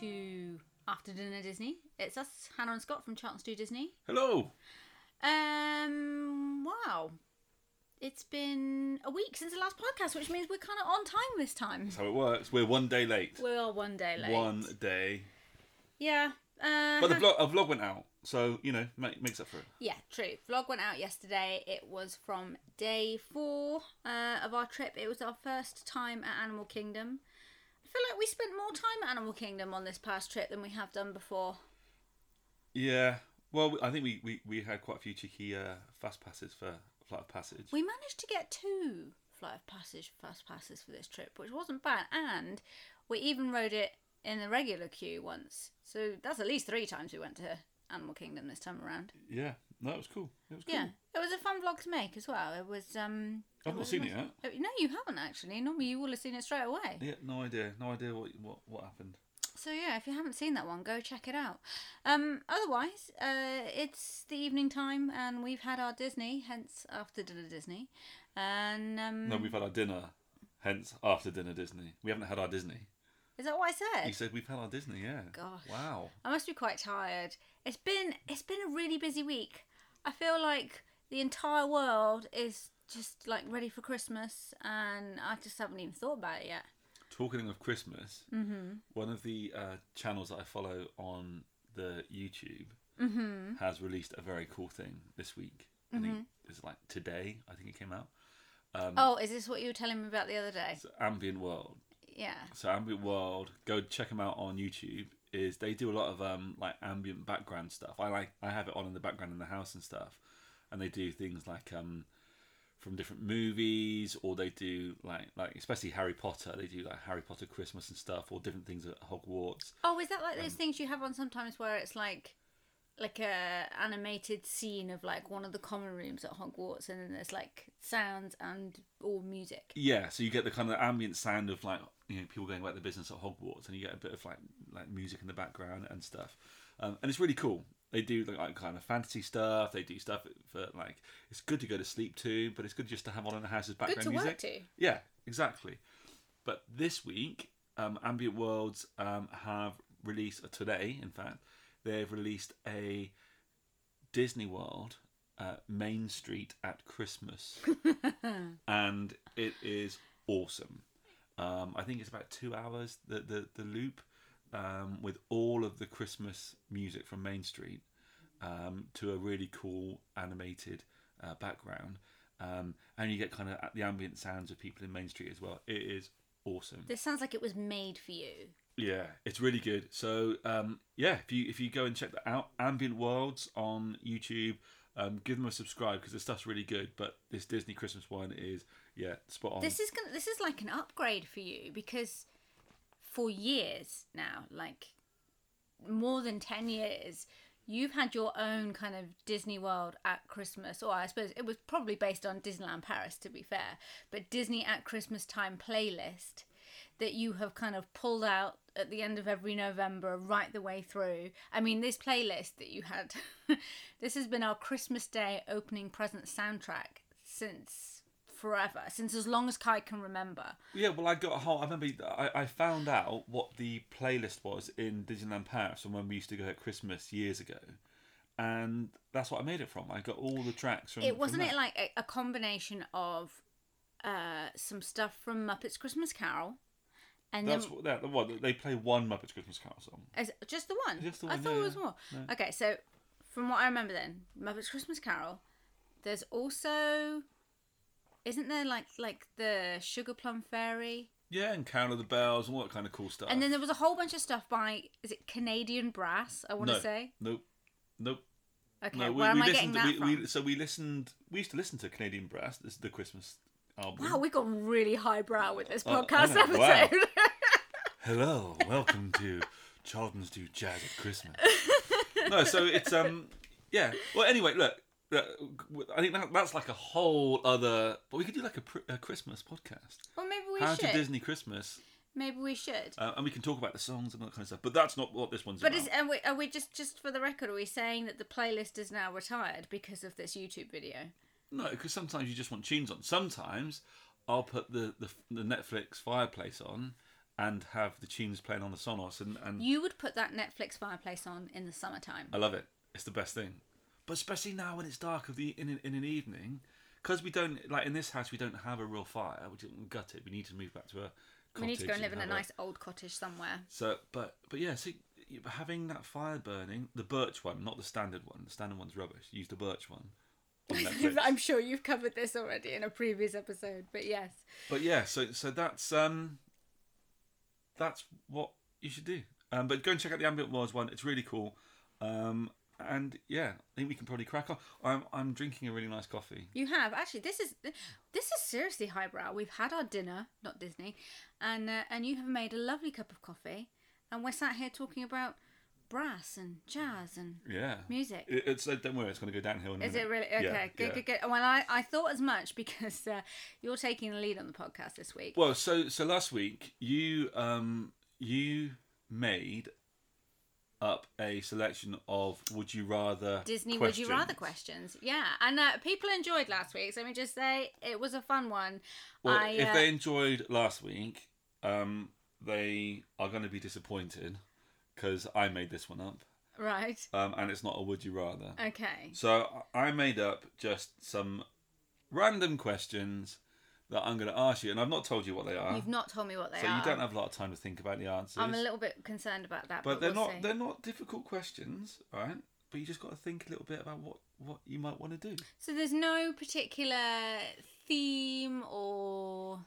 to After Dinner Disney. It's us, Hannah and Scott from Charlton Stew Disney. Hello. Um, wow. It's been a week since the last podcast, which means we're kind of on time this time. That's how it works. We're one day late. We are one day late. One day. Yeah. Uh, But the vlog, a vlog went out, so you know ma- makes up for it. Yeah, true. Vlog went out yesterday. It was from day four uh, of our trip. It was our first time at Animal Kingdom. I feel like we spent more time at Animal Kingdom on this past trip than we have done before. Yeah. Well, I think we, we, we had quite a few cheeky uh, fast passes for flight of passage. We managed to get two flight of passage fast passes for this trip, which wasn't bad. And we even rode it in the regular queue once. So that's at least three times we went to Animal Kingdom this time around. yeah. No, it was cool. It was cool. Yeah, it was a fun vlog to make as well. It was. um I've not was seen nice. it yet. Oh, No, you haven't actually. Normally, you will have seen it straight away. Yeah. No idea. No idea what what, what happened. So yeah, if you haven't seen that one, go check it out. Um, otherwise, uh, it's the evening time, and we've had our Disney, hence after dinner Disney, and um, No, we've had our dinner. Hence, after dinner Disney. We haven't had our Disney. is that what I said? You said we've had our Disney. Yeah. Gosh. Wow. I must be quite tired. It's been it's been a really busy week. I feel like the entire world is just like ready for Christmas, and I just haven't even thought about it yet. Talking of Christmas, Mm-hmm. one of the uh, channels that I follow on the YouTube has released a very cool thing this week. I think it's like today. I think it came out. Um, Oh, is this what you were telling me about the other day? It's Ambient World. Yeah. So Ambient World, go check them out on YouTube. Is they do a lot of um like ambient background stuff. I like I have it on in the background in the house and stuff, and they do things like um from different movies or they do like like especially Harry Potter. They do like Harry Potter Christmas and stuff or different things at Hogwarts. Oh, is that like um, those things you have on sometimes where it's like like a animated scene of like one of the common rooms at Hogwarts and then there's like sounds and all music. Yeah, so you get the kind of ambient sound of like you know people going about their business at Hogwarts, and you get a bit of like like music in the background and stuff, um, and it's really cool. They do like, like kind of fantasy stuff. They do stuff for like it's good to go to sleep to, but it's good just to have on in the house as Good background to music. work to. Yeah, exactly. But this week, um, Ambient Worlds um, have released uh, today. In fact, they've released a Disney World uh, Main Street at Christmas, and it is awesome. Um, I think it's about two hours the the, the loop um, with all of the Christmas music from Main Street um, to a really cool animated uh, background, um, and you get kind of the ambient sounds of people in Main Street as well. It is awesome. This sounds like it was made for you. Yeah, it's really good. So um, yeah, if you if you go and check that out, Ambient Worlds on YouTube, um, give them a subscribe because the stuff's really good. But this Disney Christmas one is yeah spot on. This is gonna this is like an upgrade for you because for years now, like more than ten years, you've had your own kind of Disney World at Christmas, or I suppose it was probably based on Disneyland Paris to be fair, but Disney at Christmas time playlist that you have kind of pulled out at the end of every November right the way through. I mean, this playlist that you had, this has been our Christmas Day opening present soundtrack since forever, since as long as Kai can remember. Yeah, well, I got a whole. I remember I, I found out what the playlist was in Disneyland Paris from when we used to go at Christmas years ago, and that's what I made it from. I got all the tracks from. It from wasn't that. it like a, a combination of uh, some stuff from Muppets Christmas Carol, and that's then what that the one they play one Muppets Christmas Carol song. Is, just the one. Just the I one, thought yeah, it was yeah. more. No. Okay, so from what I remember, then Muppets Christmas Carol. There's also, isn't there like like the Sugar Plum Fairy? Yeah, and Carol of the Bells and all that kind of cool stuff. And then there was a whole bunch of stuff by is it Canadian Brass? I want to no, say. nope, nope. Okay, no, we, where we am I getting listened. that we, from? we so we listened. We used to listen to Canadian Brass. This is the Christmas album. Wow, we got really highbrow with this Oh, I podcast know, wow. episode. Hello, welcome to Charlton's Do Jazz at Christmas. no, so it's um, yeah. Well, anyway, look, look, I think that, that's like a whole other. But we could do like a, pr- a Christmas podcast. well, maybe we How should. to Disney Christmas, Maybe we should. uh, and we can talk about the songs and all that kind of stuff. But that's not what this one's But about. is and we, are we just just for the record? Are we saying that the playlist is now retired because of this YouTube video? No, because sometimes you just want tunes on. Sometimes I'll put the, the the Netflix fireplace on, and have the tunes playing on the Sonos, and, and You would put that Netflix fireplace on in the summertime. I love it. It's the best thing. But especially now when it's dark of the in an, in an evening, because we don't like in this house we don't have a real fire. We didn't gut it. We need to move back to a. we need to cottage go and live in a have nice old cottage somewhere. So, but but yeah, so you- having that fire burning, the birch one, not the standard one. The standard one's rubbish. Use the birch one. on Netflix. I'm sure you've covered this already in a previous episode, but yes. but yeah, so so that's um that's what you should do. Um, but go and check out the Ambient Wars one. It's really cool. Um, and yeah, I think we can probably crack on. I'm I'm drinking a really nice coffee. You have actually. This is this is seriously highbrow. We've had our dinner, not Disney, and uh, and you have made a lovely cup of coffee, and we're sat here talking about brass and jazz and Yeah. music. It, it's uh, don't worry, it's going to go downhill. In a Is it minute. really Mm-hmm. Yeah, okay? good, yeah. good, good. Well, I, I thought as much because uh, you're taking the lead on the podcast this week. Well, so so last week you um you made up a selection of would you rather Disney questions. Would You Rather questions. Yeah, and uh, people enjoyed last week's. Let me just say it was a fun one. Well, I, if uh, they enjoyed last week, um, they are going to be disappointed because I made this one up, Right. um, and it's not a would you rather. Okay. So I made up just some random questions that I'm going to ask you, and I've not told you what they are, You've not told me what they Uh, so are. you don't have a lot of time to think about the answers. I'm a little bit concerned about that. but they're we'll not see. they're not difficult questions, all right? But you just got to think a little bit about what what you might want to do. So there's no particular theme or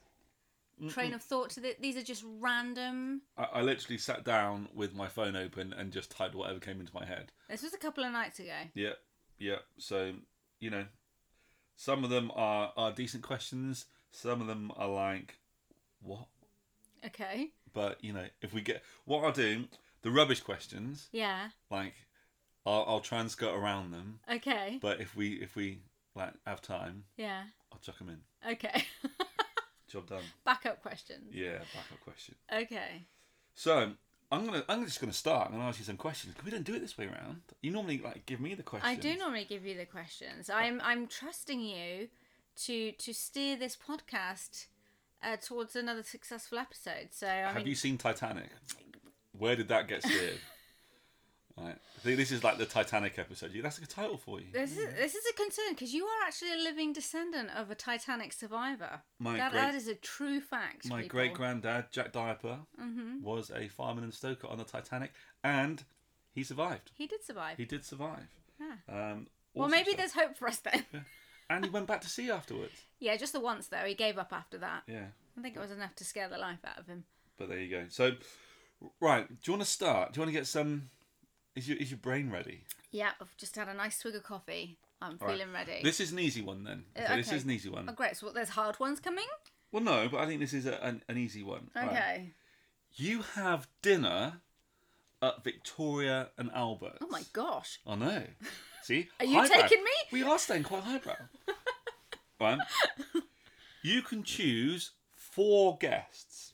train of thought to that. These are just random. I, I literally sat down with my phone open and just typed whatever came into my head. This was a couple of nights ago. Yeah, yeah. So you know, some of them are are decent questions. Some of them are like, what? Okay. But you know, if we get what I'll do, the rubbish questions, Yeah. like I'll, I'll try and skirt around them. Okay. But if we if we like have time, Yeah. I'll chuck them in. Okay. Job done. Backup questions. Yeah, backup question. Okay. So I'm gonna I'm just gonna start. I'm gonna ask you some questions 'cause we don't do it this way around. You normally like give me the question. I do normally give you the questions. I'm I'm trusting you to to steer this podcast uh, towards another successful episode. So I Have mean, you seen Titanic? Where did that get steered? right. I think this is like the Titanic episode. You- That's a good title for you. This is this is a concern because you are actually a living descendant of a Titanic survivor. My that, great- that is a true fact. people. My Mm-hmm. great granddad, Jack Diaper, was a fireman and stoker on the Titanic, and he survived. He did survive. He did survive. Yeah. Um, well, awesome maybe stuff. there's hope for us then. And he went back to sea afterwards. yeah, just the once though. He gave up after that. Yeah. I think it was enough to scare the life out of him. But there you go. So, right. Do you want to start? Do you want to get some? Is your is your brain ready? Yeah, I've just had a nice swig of coffee. I'm All right. feeling ready. This is an easy one then. Uh, Okay, This okay. is an easy one. Oh, great. So what, there's hard ones coming. Well, no, but I think this is a, an, an easy one. Right. Okay. You have dinner at Victoria and Albert. Oh my gosh. I know. See? Are you Highbrow. taking me? We are staying quite highbrow. right? You can choose four guests.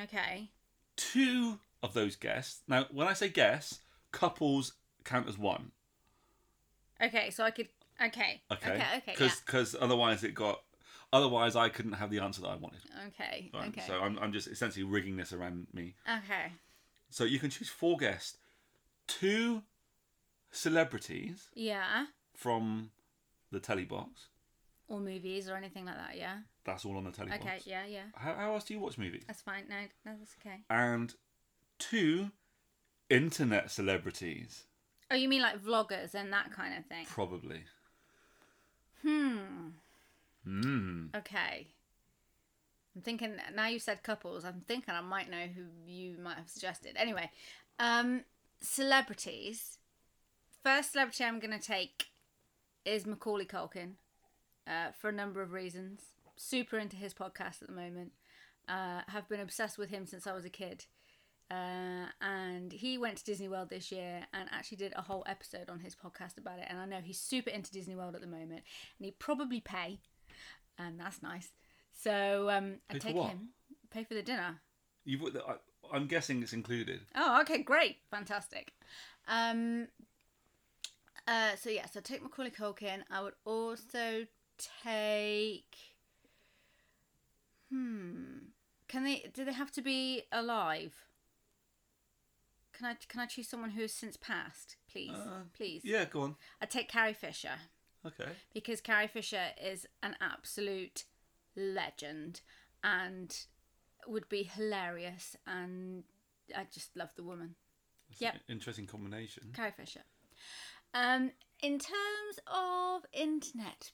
Okay. Two of those guests. Now, when I say guests, couples count as one. Okay. So I could. Okay. Okay? Okay. Okay. Because otherwise it got. Otherwise, I couldn't have the answer that I wanted. yeah. Okay. Right? Okay. So I'm, I'm just essentially rigging this around me. Okay. So you can choose four guests, two celebrities Yeah. from the telly box. Or movies or anything like that. Yeah. That's all on the telly Okay, box. yeah, yeah. How, how else do you watch movies? That's fine. No, no, that's okay. And two internet celebrities, Oh, you mean like vloggers and that kind of thing? probably. Hmm. Mm. Okay. I'm thinking now you said couples. I'm thinking I might know who you might have suggested. Anyway, um, celebrities. First celebrity I'm gonna take is Macaulay Culkin, uh, for a number of reasons. Super into his podcast at the moment. Uh, have been obsessed with him since I was a kid. Uh, and he went to Disney World this year and actually did a whole episode on his podcast about it. And I know he's super into Disney World at the moment, and he'd probably pay, and that's nice. So um, I Pay for take what? him, pay for the dinner. You've, I, I'm guessing it's included. Oh, okay, great, fantastic. Um, uh, so yes, I'd take Macaulay Culkin. I would also take. Hmm. Can they? Do they have to be alive? Can I? Can I choose someone who has since passed, please? Uh, please. Yeah, go on. I take Carrie Fisher Okay. because Carrie Fisher is an absolute legend and would be hilarious. And I just love the woman. That's Yep. an Interesting combination. Carrie Fisher. Um, in terms of internet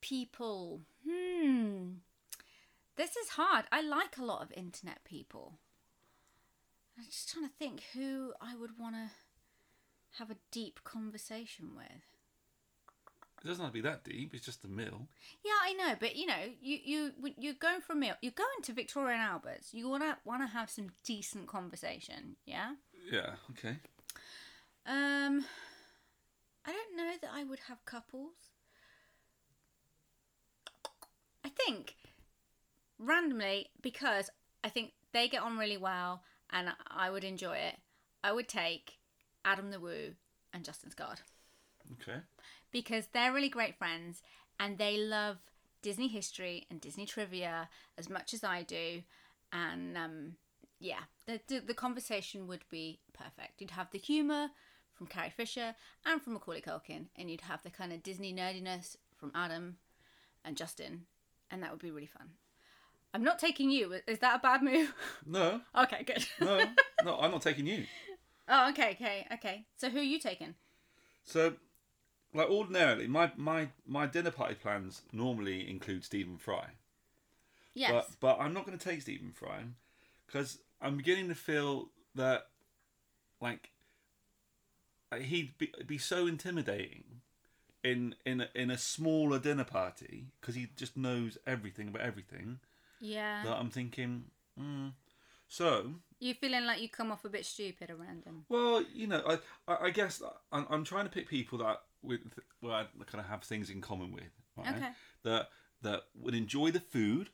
people, hmm, this is hard. I like a lot of internet people. I'm just trying to think who I would want to have a deep conversation with. It doesn't have to be that deep. It's just a mill. Yeah, I know, but you know, you you when you're going for a meal. You're going to Victoria and Albert's. You wanna wanna have some decent conversation, yeah. Yeah. Okay. Um, I don't know that I would have couples. I think randomly because I think they get on really well and I would enjoy it. I would take Adam the Woo and Justin Scard Okay. because they're really great friends and they love Disney history and Disney trivia as much as I do. And um, yeah, the, the, the conversation would be perfect. You'd have the humour from Carrie Fisher and from Macaulay Culkin, and you'd have the kind of Disney nerdiness from Adam and Justin, and that would be really fun. I'm not taking you. Is that a bad move? No. okay, good. No. no. I'm not taking you. oh, okay, okay, okay. So who are you taking? So, like ordinarily, my my my dinner party plans normally include Stephen Fry. Yes. But but I'm not going to take Stephen Fry because I'm beginning to feel that like like, he'd be, be so intimidating in in a, in a smaller dinner party because he just knows everything about everything yeah. that I'm thinking. Mm. So You're feeling like you come off a bit stupid around them. well, you know, I I, I guess I'm, I'm trying to pick people that with well, I kind of have things in common with. right? Okay. Mm-hmm. That that would enjoy the food,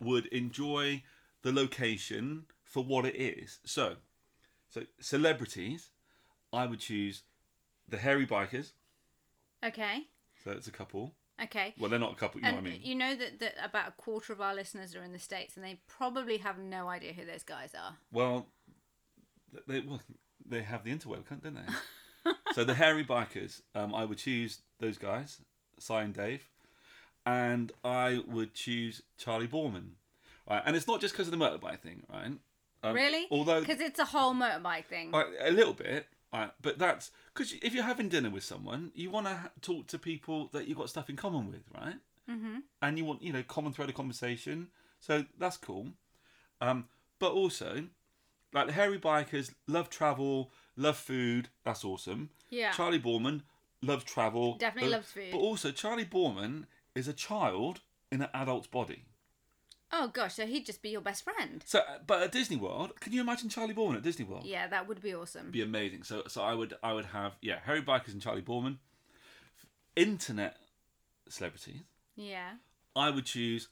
would enjoy the location for what it is. So, so celebrities, I would choose the hairy bikers. Okay. So it's a couple. Okay. Well, they're not a couple. You know and what I mean? you know that, that about a quarter of our listeners are in the States and they probably have no idea who those guys are. Well, th- they well, they have the interweb, can't don't they? so the hairy bikers, um, I would choose those guys, Si and Dave, and I would choose Charlie Borman. Right, and it's not just because of the motorbike thing, right? Um, Really? Although Because it's a whole motorbike thing. right, a little bit, right, but that's because if you're having dinner with someone, you want to ha- talk to people that you've got stuff in common with, right? hmm and you want you know common thread of conversation so that's cool um but also like the hairy bikers love travel love food that's awesome Yeah. charlie borman loves travel Definitely but- loves food. but also charlie borman is a child in an adult's body oh gosh, so he'd just be your best friend. so uh, but at disney world can you imagine charlie borman at disney world Yeah, that would be awesome. be amazing so so i would i would have yeah hairy bikers and charlie borman internet celebrities Yeah. i would choose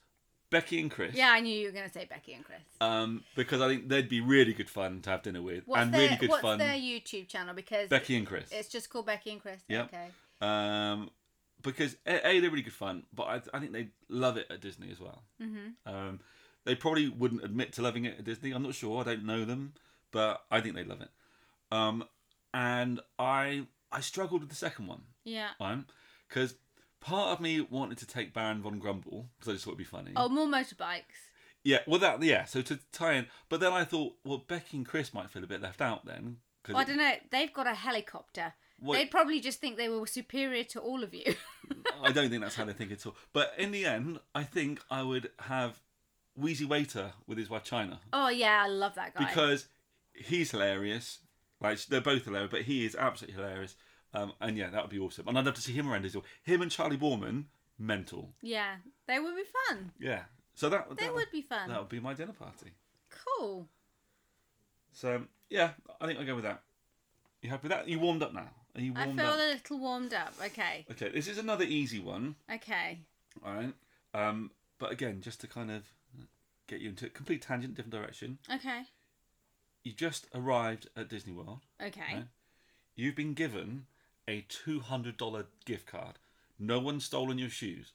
becky and chris Yeah, I knew you were going to say Becky and Chris. um, because I think they'd be really good fun to have dinner with, What's and their, really good what's fun. their YouTube channel? Because Becky and Chris. it's just called Becky and Chris. Yep. Okay. Um, because a, a they're really good fun, but I, I think they love it at Disney as well. Mm-hmm. Um, they probably wouldn't admit to loving it at Disney. I'm not sure. I don't know them, but I think they love it. Um, and I I struggled with the second one, Yeah. um, because part of me wanted to take Baron von Grumble because I just thought it'd be funny. Oh, more motorbikes. Yeah, well, that yeah. So to tie in, but then I thought, well, Becky and Chris might feel a bit left out then. 'cause Well, Oh, I it- don't know. They've got a helicopter. What- They'd probably just think they were superior to all of you. I don't think that's how they think at all. But in the end, I think I would have Wheezy Waiter with his wife China oh yeah, I love that guy. because he's hilarious. Like they're both hilarious, but he is absolutely hilarious. Um, and yeah, that would be awesome. And I'd love to see him around as well. Him and Charlie Borman, mental. yeah, they would be fun. Yeah. So that They that would um, be fun. that would be my dinner party. Cool. So yeah, I think I'll go with that. You happy with that? You warmed up now. Are you I warmed feel up? a little warmed up. Okay. Okay, this is another easy one. Okay. All right. Um, but again, just to kind of get you into a complete tangent, different direction. Okay. You've just arrived at Disney World. Okay. Right. You've been given a two hundred dollar gift card. No one's stolen your shoes.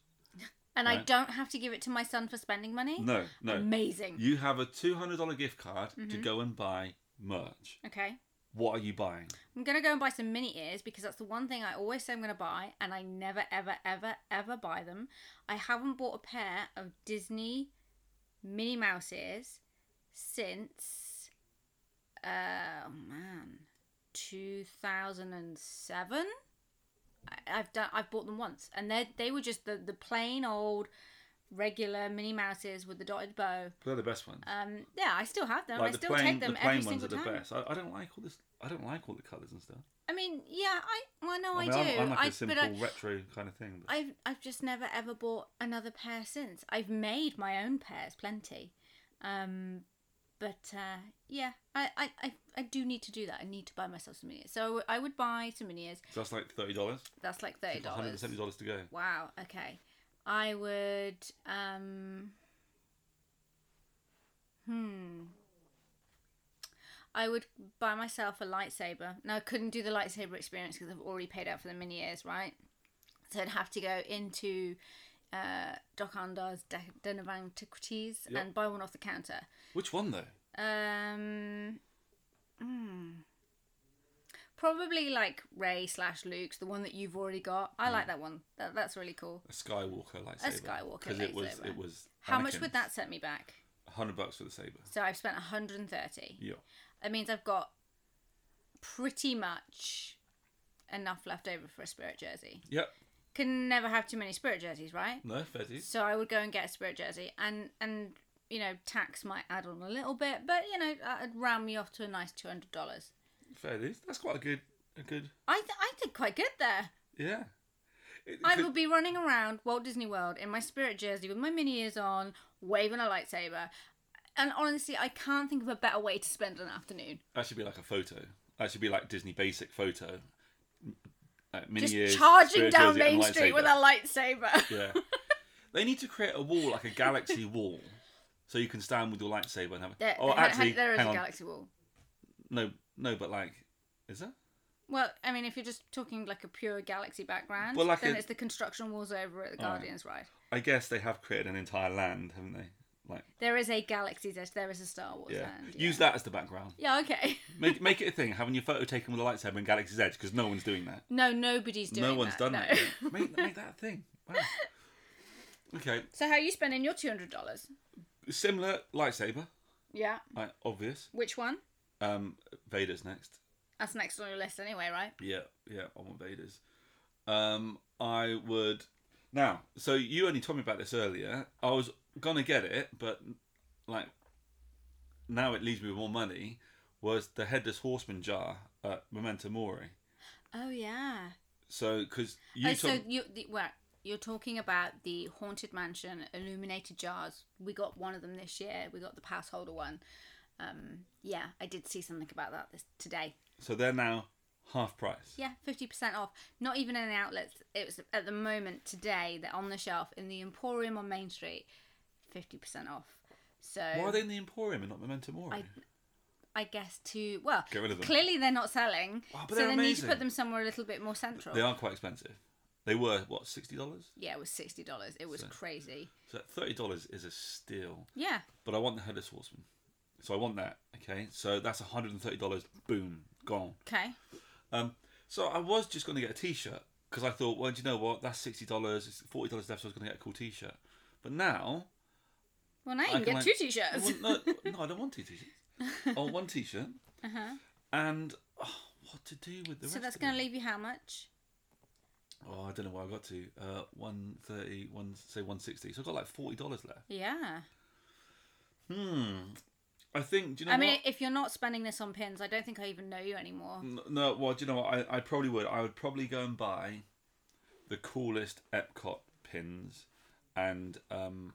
and I Right. don't have to give it to my son for spending money. No, no. Amazing. You have a $200 gift card to mm-hmm. go and buy merch. okay. What are you buying? I'm gonna go and buy some mini ears because that's the one thing I always say I'm gonna buy, and I never, ever, ever, ever buy them. I haven't bought a pair of Disney Minnie Mouse ears since, uh, oh man, 2007. I- I've done. I've bought them once, and they they were just the the plain old regular Minnie Mouse ears with the dotted bow. They're the best ones. Um, yeah, I still have them. I the still take them the plain every ones single are the time. best. I, I don't like all this. I don't like all the colours and stuff. I mean, yeah, I well, no, I, mean, do. I'm, I'm like a I, simple but I, retro kind of thing. But I've I've just never ever bought another pair since. I've made my own pairs, plenty, um, but uh, yeah, I, I, I, I do need to do that. I need to buy myself some miniatures. So I would- I would buy some miniatures. so that's like thirty dollars. That's like thirty One hundred and dollars. seventy dollars to go. Wow. Okay. I would. Um, hmm. I would buy myself a lightsaber. Now I couldn't do the lightsaber experience because I've already paid out for the mini ears, right? So I'd have to go into uh, Doc Andar's De- Den of Antiquities Yep. and buy one off the counter. Which one though? Um, hmm. probably like Ray slash Luke's, the one that you've already got. I like that one. That, that's really cool. A Skywalker lightsaber. Skywalker Because it was lightsaber. it was. How much Anakin's. would that set me back? A Hundred bucks for the saber. So I've spent 130. Yeah. That means I've got pretty much enough left over for a spirit jersey. Yep. Can never have too many spirit jerseys, right? No, thirty. So I would go and get a spirit jersey and and you know tax might add on a little bit, but you know that'd round me off to a nice two hundred dollars. Fair dues. That's quite a good. A good. I th- I did quite good there. Yeah. It- I could- will be running around Walt Disney World in my spirit jersey with my mini ears on, waving a lightsaber. And honestly, I can't think of a better way to spend an afternoon. That should be like a photo. That should be like Disney basic photo. Like mini Just ears, charging spirit down jersey, and Main Street lightsaber. with a lightsaber. Yeah. they need to create a wall, like a galaxy wall, so you can stand with your lightsaber and have. There, oh, ha- ha- actually, there is hang a on. galaxy wall. No, no, but like, is that? Well, I mean, if you're just talking like a pure galaxy background, Well, like then a- it's the construction walls over at the Alright. Guardians ride. I guess they have created an entire land, haven't they? Like, There is a galaxy's edge. There is a Star Wars yeah. land. Use that as the background. Yeah, okay. Make make it a thing. Having your photo taken with a lightsaber in Galaxy's Edge, because no one's doing that. No, nobody's doing no one's done no. that. Yet. Make make that a thing. Wow. Okay, so how are you spending your $200? similar lightsaber, Yeah. like obvious. Which one? Um, Vader's next. That's next on your list anyway, right? Yeah, yeah, I want Vader's. Um, I would now. So you only told me about this earlier. I was gonna get it, but like now it leaves me with more money. Was the headless horseman jar at Memento Mori? Oh yeah. So because you oh, told so you the, well, you're talking about the haunted mansion illuminated jars. We got one of them this year. We got the pass holder one. Um, yeah, I did see something about that this today. so they're now half price. Yeah, fifty percent off. Not even in the outlets. It was at the moment today. They're on the shelf in the Emporium on Main Street. Fifty percent off. So Why are they in the Emporium and not Memento Mori? I guess to well, Get rid of them. clearly they're not selling, Wow, but so they're they need to amazing. put them somewhere a little bit more central. They are quite expensive. They were what sixty dollars. Yeah, it was sixty dollars. It was crazy. So thirty dollars is a steal. Yeah, but I want the headless horseman. So I want that. Okay, so that's one hundred and thirty dollars. Boom, gone. okay. Um, so I was just going to get a T-shirt because I thought, well, do you know what? That's sixty dollars. It's forty dollars left. So I was going to get a cool T-shirt. But now, Well, now you I can can, get like- two I t-shirts. want- no, no, I don't want two T-shirts. I want one T-shirt, uh-huh. and oh, what to do with the rest? So that's of going it? to leave you how much? Oh, I don't know where I got to. Uh, one thirty, one say one sixty. So I have got like forty dollars left. Yeah. Hmm. I think. Do you know I what? mean, if you're not spending this on pins, I don't think I even know you anymore. N- No, well, do you know what? I, I probably would. I would probably go and buy the coolest Epcot pins and um,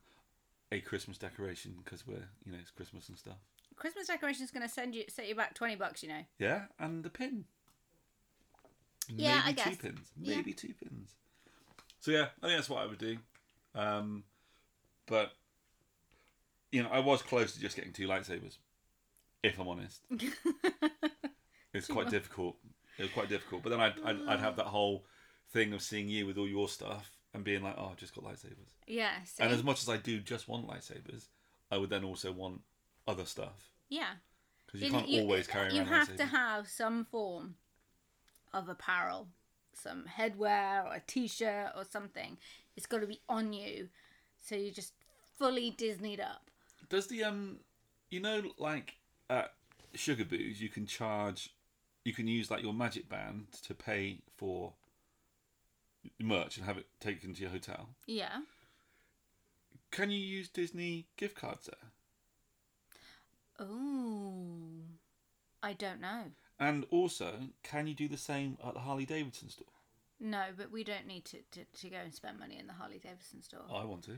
a Christmas decoration because we're, you know, it's Christmas and stuff. Christmas decoration's going to send you set you back twenty bucks. You know. Yeah, and the pin. Yeah, I Maybe two guess. pins. Yeah. Maybe two pins. So yeah, I think that's what I would do. Um, but you know, I was close to just getting two lightsabers. If I'm honest, it's quite difficult. It was quite difficult. But then I'd, I'd I'd have that whole thing of seeing you with all your stuff, and being like, oh, I've just got lightsabers. Yeah. And same. as much as I do just want lightsabers, I would then also want other stuff yeah. because you Didn't can't always carry You around have lightsabers. to have some form of apparel, some headwear or a t-shirt or something. It's got to be on you, so you're just fully Disneyed up. Does the um, you know, like at Sugar Boo's, you can charge, you can use like your Magic Band to pay for merch and have it taken to your hotel. Yeah. Can you use Disney gift cards there? Oh, I don't know. And also, can you do the same at the Harley Davidson store? No, but we don't need to, to, to go and spend money in the Harley Davidson store. I want to.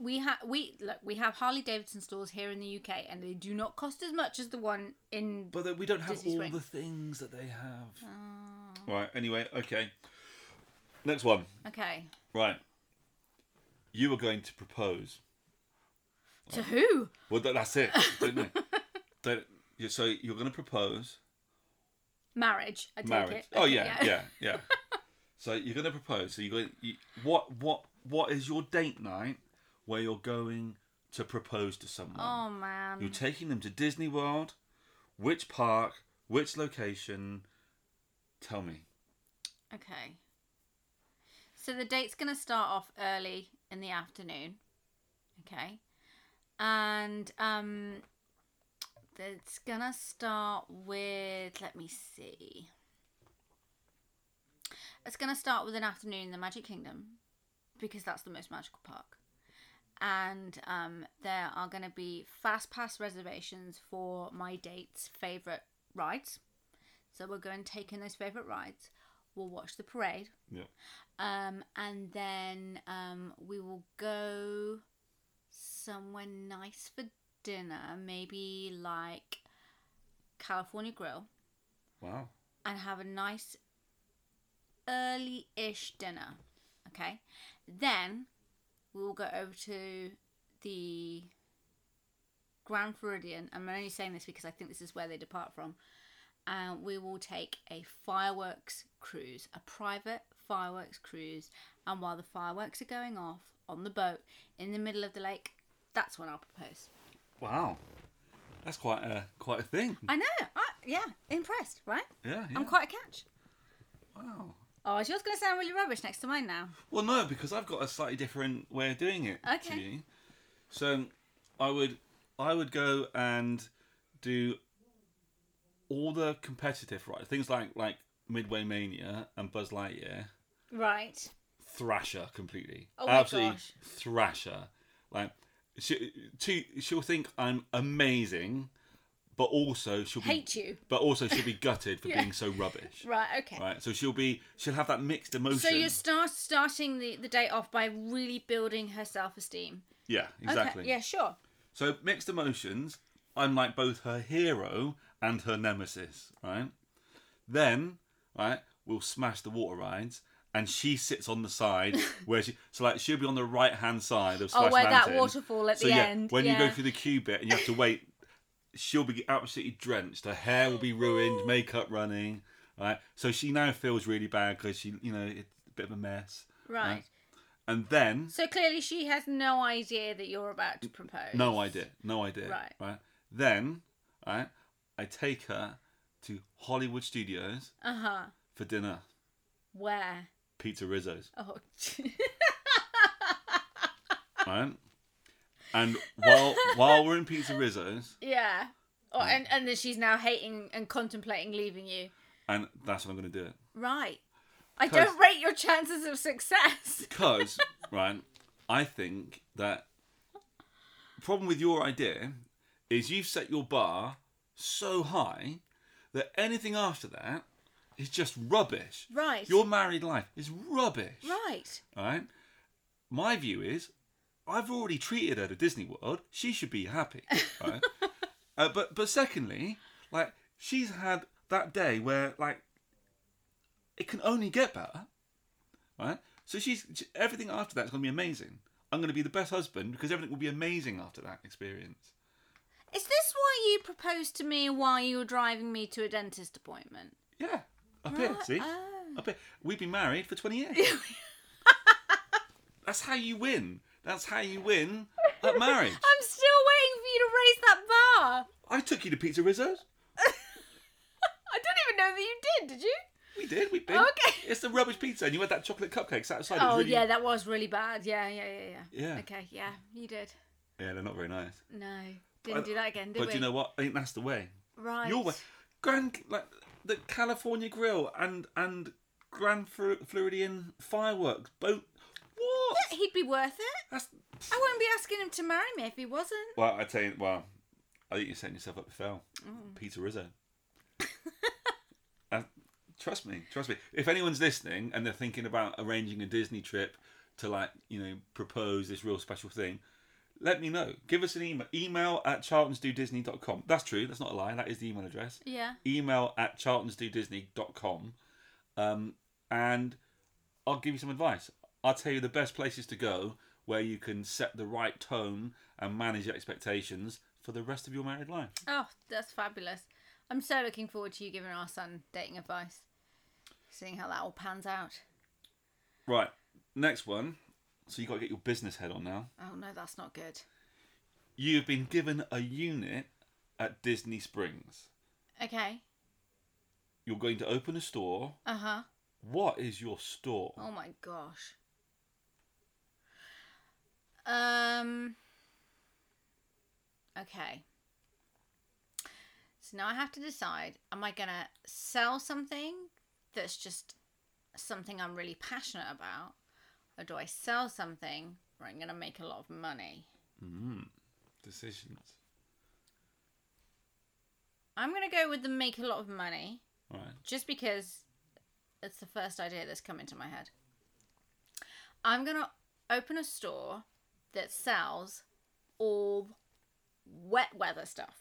we have we look we have Harley Davidson stores here in the UK, and they do not cost as much as the one in. But that we don't have Disney all Spring. Ah. the things that they have. Right, anyway, okay. Next one. Okay, Right. You were going to propose. Oh. to who? Well, that, that's it. Don't know. Don't, you- so you're going to propose Marriage. I take marriage. it. Oh, Okay, yeah, yeah, yeah. so you're going to propose. So you're going you, what what what is your date night where you're going to propose to someone? Oh man. You're taking them to Disney World. Which park? Which location? Tell me. Okay. So the date's going to start off early in the afternoon. Okay. And um it's going to start with let me see. It's going to start with an afternoon in the Magic Kingdom because that's the most magical park. And um, there are going to be fast pass reservations for my date's favorite rides. So we'll go and take in those favorite rides. We'll watch the parade. Yeah. Um, and then um, we will go somewhere nice for dinner, maybe like California Grill, Wow. and have a nice early ish dinner. Okay. Then we will go over to the Grand Floridian. I'm only saying this because I think this is where they depart from. And we will take a fireworks cruise, a private fireworks cruise. And while the fireworks are going off on the boat in the middle of the lake, that's when I'll propose. Wow. That's quite a quite a thing. I know. I, yeah, impressed, right? Yeah. yeah. I'm quite a catch. wow. Oh, is yours going to sound really rubbish next to mine now? Well, no, because I've got a slightly different way of doing it to Okay. you. So I would I would go and do all the competitive right things like like Midway Mania and Buzz Lightyear. Right. thrasher completely. Oh my Absolutely gosh. thrasher. Like she, she, she'll think I'm amazing, but also she'll be, Hate you. But also she'll be gutted for Yeah. being so rubbish. Right, okay. Right. So she'll be she'll have that mixed emotion. So you're start, starting the, the day off by really building her self esteem. yeah, exactly. Okay, yeah, sure. So mixed emotions. I'm like both her hero and her nemesis, right? Then, right, we'll smash the water rides, and she sits on the side where she. So like she'll be on the right hand side of. Oh, Splash where that Mountain. waterfall at So the yeah, end. when yeah. you go through the queue bit and you have to wait, she'll be absolutely drenched. Her hair will be ruined, makeup running, right? So she now feels really bad because she, you know, it's a bit of a mess. Right. And then So clearly she has no idea that you're about to propose. No idea. No idea. Right. Right. Then, right, I take her to Hollywood Studios Uh huh. for dinner. Where? Pizza Rizzo's. Oh. Right. and while while we're in Pizza Rizzo's, yeah. Oh, Hmm. and, and then she's now hating and contemplating leaving you. and that's when I'm gonna do it. Right. I 'Cause- don't rate your chances of success. Because, right, I think that problem with your idea is you've set your bar so high that anything after that is just rubbish. Right. Your married life is rubbish. Right. right? My view is, I've already treated her to Disney World. She should be happy, right? uh, but but secondly, like she's had that day where like it can only get better, right? So she's she- everything after that's going to be amazing. I'm going to be the best husband because everything will be amazing after that experience. Is this why you proposed to me while you were driving me to a dentist appointment? Yeah, up here, Right, see, oh. up here. We've been married for twenty years. That's how you win. That's how you win at marriage. I'm still waiting for you to raise that bar. I took you to Pizza Rizzo's. I don't even know that you did, did you? We did. We been. Okay. It's the rubbish pizza, and you had that chocolate cupcakes outside. It was Oh, really- yeah, that was really bad. Yeah, yeah, yeah, yeah. Yeah. Okay, yeah, you did. Yeah, they're not very nice. No, didn't But- do that again, did but we? do you know what? I think that's the way. right. Your way. Grand like the California Grill and and Grand Flu- Floridian fireworks boat. What? He'd be worth it. That's I wouldn't be asking him to marry me if he wasn't. well. I tell you, well, I think you're setting yourself up to fail. Peter Rizzo. Uh, trust me, trust me. If anyone's listening and they're thinking about arranging a Disney trip to like you know propose this real special thing. Let me know. Give us an email. Email at charltonsdodisney.com. That's true. That's not a lie. That is the email address. Yeah. email at charltonsdodisney.com um, and I'll give you some advice. I'll tell you the best places to go where you can set the right tone and manage your expectations for the rest of your married life. Oh, that's fabulous. I'm so looking forward to you giving our son dating advice, seeing how that all pans out. Right, next one. So you've got to get your business head on now. Oh, no, that's not good. You've been given a unit at Disney Springs. Okay. You're going to open a store. Uh huh. What is your store? Oh my gosh. Um. Okay. So now I have to decide am I going to sell something that's just something I'm really passionate about? Or do I sell something where I'm going to make a lot of money? Mm, decisions. I'm going to go with the make a lot of money Right. just because it's the first idea that's come into my head. I'm gonna open a store that sells all wet weather stuff.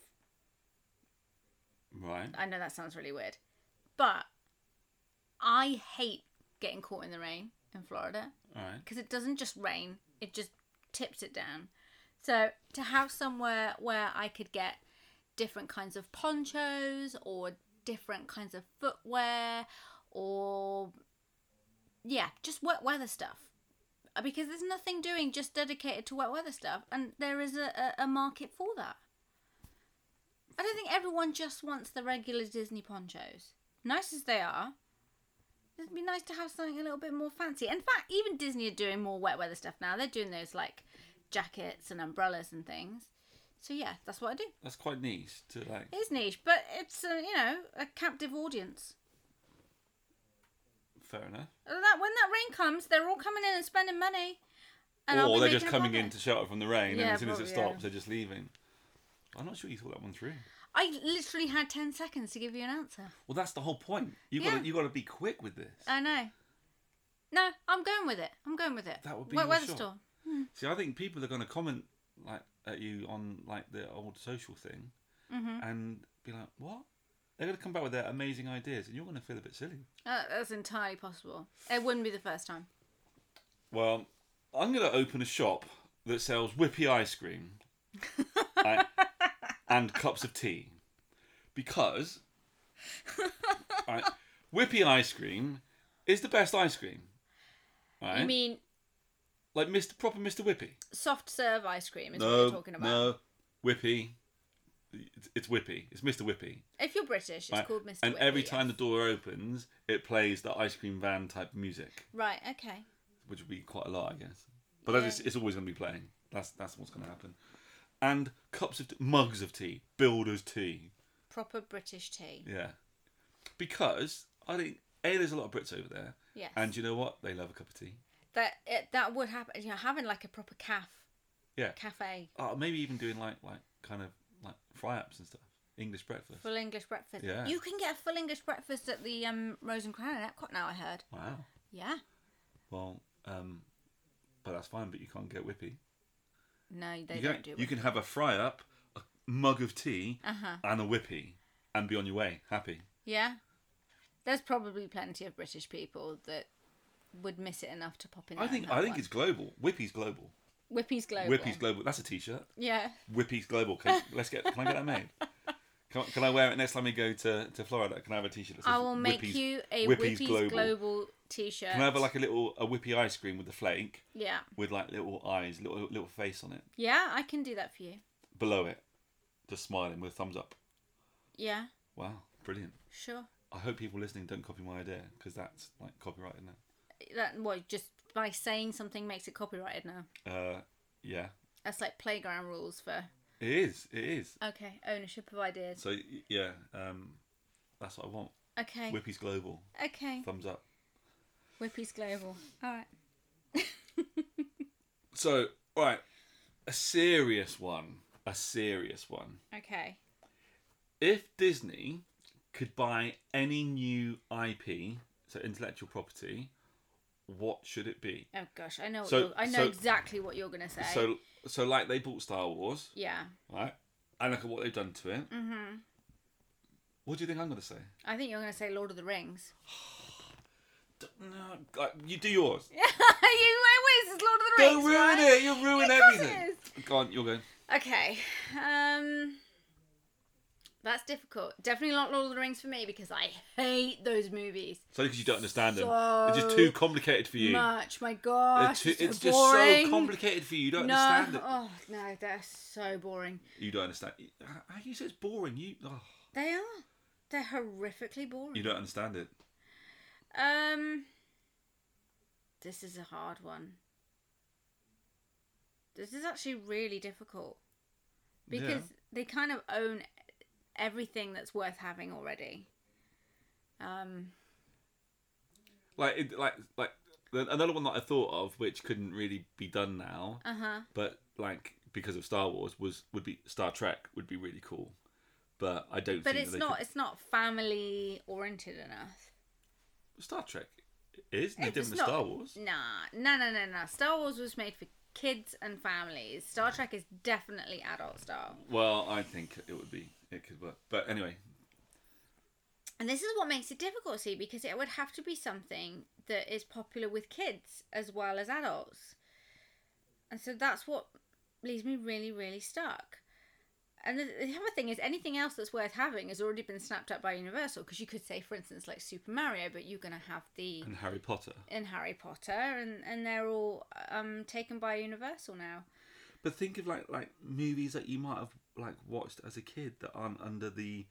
Right. I know that sounds really weird, but I hate getting caught in the rain in Florida All right. because it doesn't just rain, it just tips it down. So to have somewhere where I could get different kinds of ponchos or different kinds of footwear or yeah, just wet weather stuff. Uh, Because there's nothing doing just dedicated to wet weather stuff, and there is a, a, a market for that. I don't think everyone just wants the regular Disney ponchos. Nice as they are, It'd be nice to have something a little bit more fancy. In fact, even Disney are doing more wet weather stuff now. They're doing those like jackets and umbrellas and things. So yeah, that's what I do. That's quite niche to like It's niche, but it's a, you know a captive audience. fair enough. And That when that rain comes, they're all coming in and spending money. And I'll or be they're just making a coming in profit. to shelter from the rain, and Yeah, as soon as it probably, yeah. stops, they're just leaving. I'm not sure you thought that one through. I literally had ten seconds to give you an answer. Well, that's the whole point. You got Yeah. Uh. got you got to be quick with this. I know. No, I'm going with it. I'm going with it. That would be wet your weather shot. store. See, I think people are going to comment like at you on like the old social thing, Mm-hmm. and be like, "What?" They're going to come back with their amazing ideas, and you're going to feel a bit silly. Uh, that's entirely possible. It wouldn't be the first time. Well, I'm going to open a shop that sells whippy ice cream I- and cups of tea because right, whippy ice cream is the best ice cream. Right? You mean like Mr. proper Mr. Whippy? soft serve ice cream is what No, you're talking about. no, Whippy. It's, it's Whippy. It's Mr. Whippy. If you're British, it's right? called Mr. And Whitby, every yes. time the door opens, it plays the ice cream van type music. Right. Okay. which would be quite a lot, I guess. But that is, it's always going to be playing. That's that's what's going to happen. And cups of t- mugs of tea, builders tea, Proper British tea. yeah. Because I think a there's a lot of Brits over there, Yes. and you know what? They love a cup of tea. that it, that would happen. You know, having like a proper caf Yeah. cafe, Oh, maybe even doing like like kind of like fry ups and stuff, English breakfast. full English breakfast. Yeah. You can get a full English breakfast at the um, Rose and Crown in Epcot now. I heard. Wow. Yeah. Well, um, but that's fine. But you can't get whippy. No, they you don't can, do. You it. can have a fry up, a mug of tea, Uh-huh. and a whippy, and be on your way, happy. Yeah. There's probably plenty of British people that would miss it enough to pop in. I there and think have I think one. it's global. Whippy's global. Whippy's global. Whippy's global. That's a T-shirt. Yeah. Whippy's global. Can, let's get. Can I get that made? Can, can I wear it next time we go to, to Florida? Can I have a T-shirt? That says I will make Whippy's- you a Whippy's Whippy's, global. t-shirt. Can I have like a little a whippy ice cream with the flake yeah, with like little eyes, little little face on it. yeah, I can do that for you. Below it, just smiling with a thumbs up. Yeah, Wow, brilliant. sure. I- I hope people listening don't copy my idea because that's like copyrighted now. That what just by saying something makes it copyrighted now. Uh, yeah, That's like playground rules for it is. It is. okay ownership of ideas. So y- yeah, um, that's what I want. Okay, Whippy's global. okay. Thumbs up. Whippy's global. All right. So all right, a serious one. A serious one. Okay. If Disney could buy any new IP, so intellectual property, what should it be? Oh gosh, I know. What So- you're, I know so- exactly what you're gonna say. So so like they bought Star Wars, yeah, right? And look at what they've done to it. Mm-hmm. What do you think I'm gonna say? I think you're gonna say Lord of the Rings. D- No, like, you do yours. you always it's Lord of the Rings. Don't ruin right? it. You'll ruin Yeah, of course it everything. Go on, you're going. Okay. Um That's difficult. Definitely not Lord of the Rings for me because I hate those movies So because you don't understand them, So it's just too complicated for you. much. My They're gosh. too- it's so it's just boring. so complicated for you. You don't No. understand it. Oh no, they're so boring. You don't understand. How how you say it's boring? You oh, They are. They're horrifically boring. you don't understand it. Um, this is a hard one. This is actually really difficult Yeah. because they kind of own everything that's worth having already. Um, like it, like like another one that I thought of, which couldn't really be done now, uh huh. but like because of Star Wars was would be Star Trek would be really cool, but I don't. But think it's that they not. could- It's not family oriented enough. Star Trek. Is no It's different than not- Star Wars. Nah, no, no, no, no. Star Wars was made for kids and families. Star Trek is definitely adult style. Well, I think it would be. It could work. But anyway, And this is what makes it difficult, see, because it would have to be something that is popular with kids as well as adults. And so that's what leaves me really, really stuck. And the, the other thing is, anything else that's worth having has already been snapped up by Universal, because you could say, for instance, like Super Mario, but you're going to have the. and Harry Potter. in Harry Potter, and, and they're all um, taken by Universal now. But think of like like movies that you might have like watched as a kid that aren't under the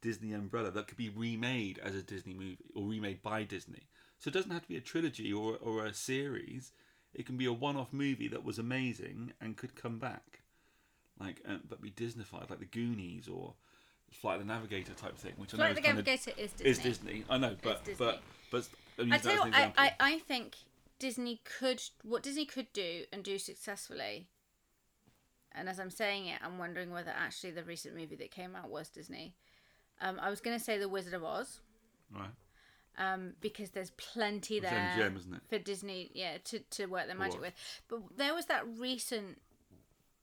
Disney umbrella that could be remade as a Disney movie or remade by Disney. So it doesn't have to be a trilogy or or a series. It can be a one-off movie that was amazing and could come back, like um, but be Disneyfied, like the Goonies or Flight of the Navigator type thing, which I know Flight is of the kind of Navigator is Disney. is Disney. I know, but Disney. but but I'm I using tell you that as what, an I, example. I, I think Disney could what Disney could do and do successfully. And as I'm saying it, I'm wondering whether actually the recent movie that came out was Disney. Um, I was going to say The Wizard of Oz Right. um, because there's plenty It's only there gem, isn't it? for Disney, yeah, to, to work their magic what? with. But there was that recent,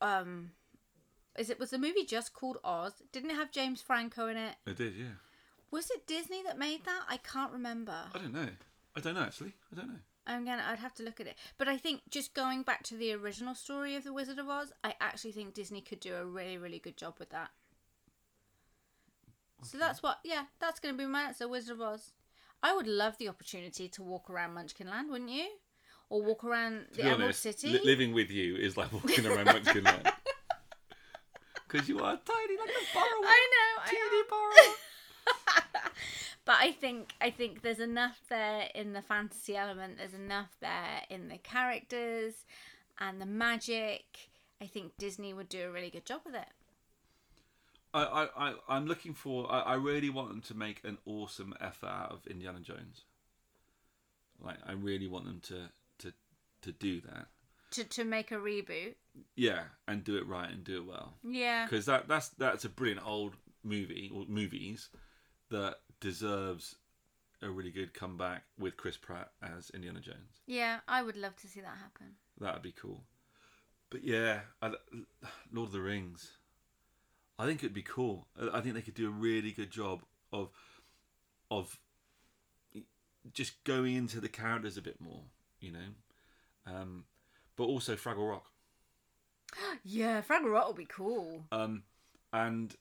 um, is it was the movie just called Oz? Didn't it have James Franco in it? It did, yeah. Was it Disney that made that? I can't remember. I don't know. I don't know actually. I don't know. I'm gonna. I'd have to look at it. But I think just going back to the original story of the Wizard of Oz, I actually think Disney could do a really, really good job with that. So that's what. Yeah, that's gonna be my answer. Wizard of Oz. I would love the opportunity to walk around Munchkin Land, wouldn't you? Or walk around the be Emerald honest, City. li- living with you is like walking around Munchkinland. Because you are tiny like I a burrow. know. I Teeny am. burrow. But I think I think there's enough there in the fantasy element. There's enough there in the characters and the magic. I think Disney would do a really good job with it. I, I, I, I'm looking for, I, I really want them to make an awesome effort out of Indiana Jones. Like, I really want them to, to, to do that. to to make a reboot. Yeah, and do it right and do it well. Yeah. because that that's that's a brilliant old movie or movies that deserves a really good comeback with Chris Pratt as Indiana Jones. Yeah, I would love to see that happen. That'd be cool. But yeah, I, Lord of the Rings. I think it'd be cool. I- I think they could do a really good job of of just going into the characters a bit more, you know. Um, but also Fraggle Rock. Yeah, Fraggle Rock would be cool. um and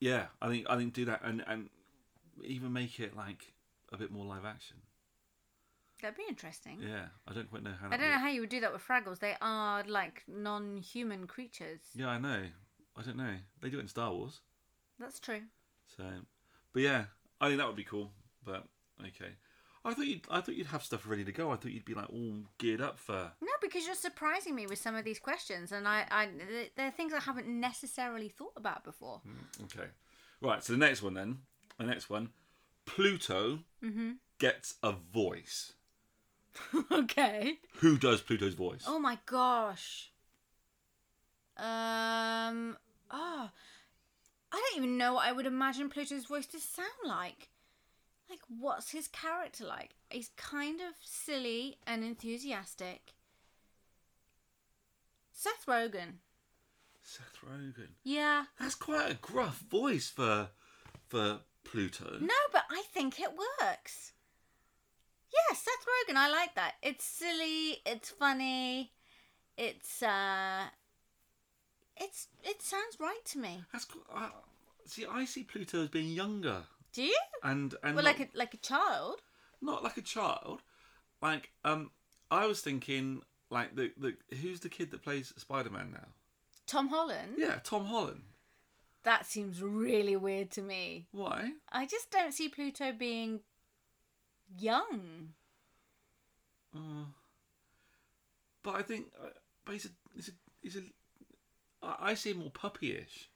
yeah i think i think do that and and even make it like a bit more live action That'd be interesting. Yeah, I don't quite know how. I That don't know works. how you would do that with Fraggles. They are like non-human creatures. Yeah, I know. I don't know. They do it in Star Wars, That's true. so. But yeah, I think that would be cool. But okay, I thought you'd. I thought you'd have stuff ready to go. I thought you'd be like all geared up for. No, because you're surprising me with some of these questions, and I, I th- they're things I haven't necessarily thought about before. Mm. Okay, right. So the next one then. The next one, Pluto Mm-hmm. gets a voice. okay. Who does Pluto's voice? Oh my gosh. Um. Oh, I don't even know what I would imagine Pluto's voice to sound like. Like, what's his character like? He's kind of silly and enthusiastic. Seth Rogen. Seth Rogen. Yeah. That's quite a gruff voice for for Pluto. No, but I think it works. Yeah, Seth Rogen, I like that. It's silly, it's funny, it's uh it's it sounds right to me. That's qu- I, see. I see Pluto as being younger Do you? and and Well not, like a like a child. not like a child. Like um, I was thinking like the the who's the kid that plays Spider Man now? Tom Holland. Yeah, Tom Holland. That seems really weird to me. Why? I just don't see Pluto being young. Uh, but I think, uh, but he's a he's a he's a. I I see him more puppyish.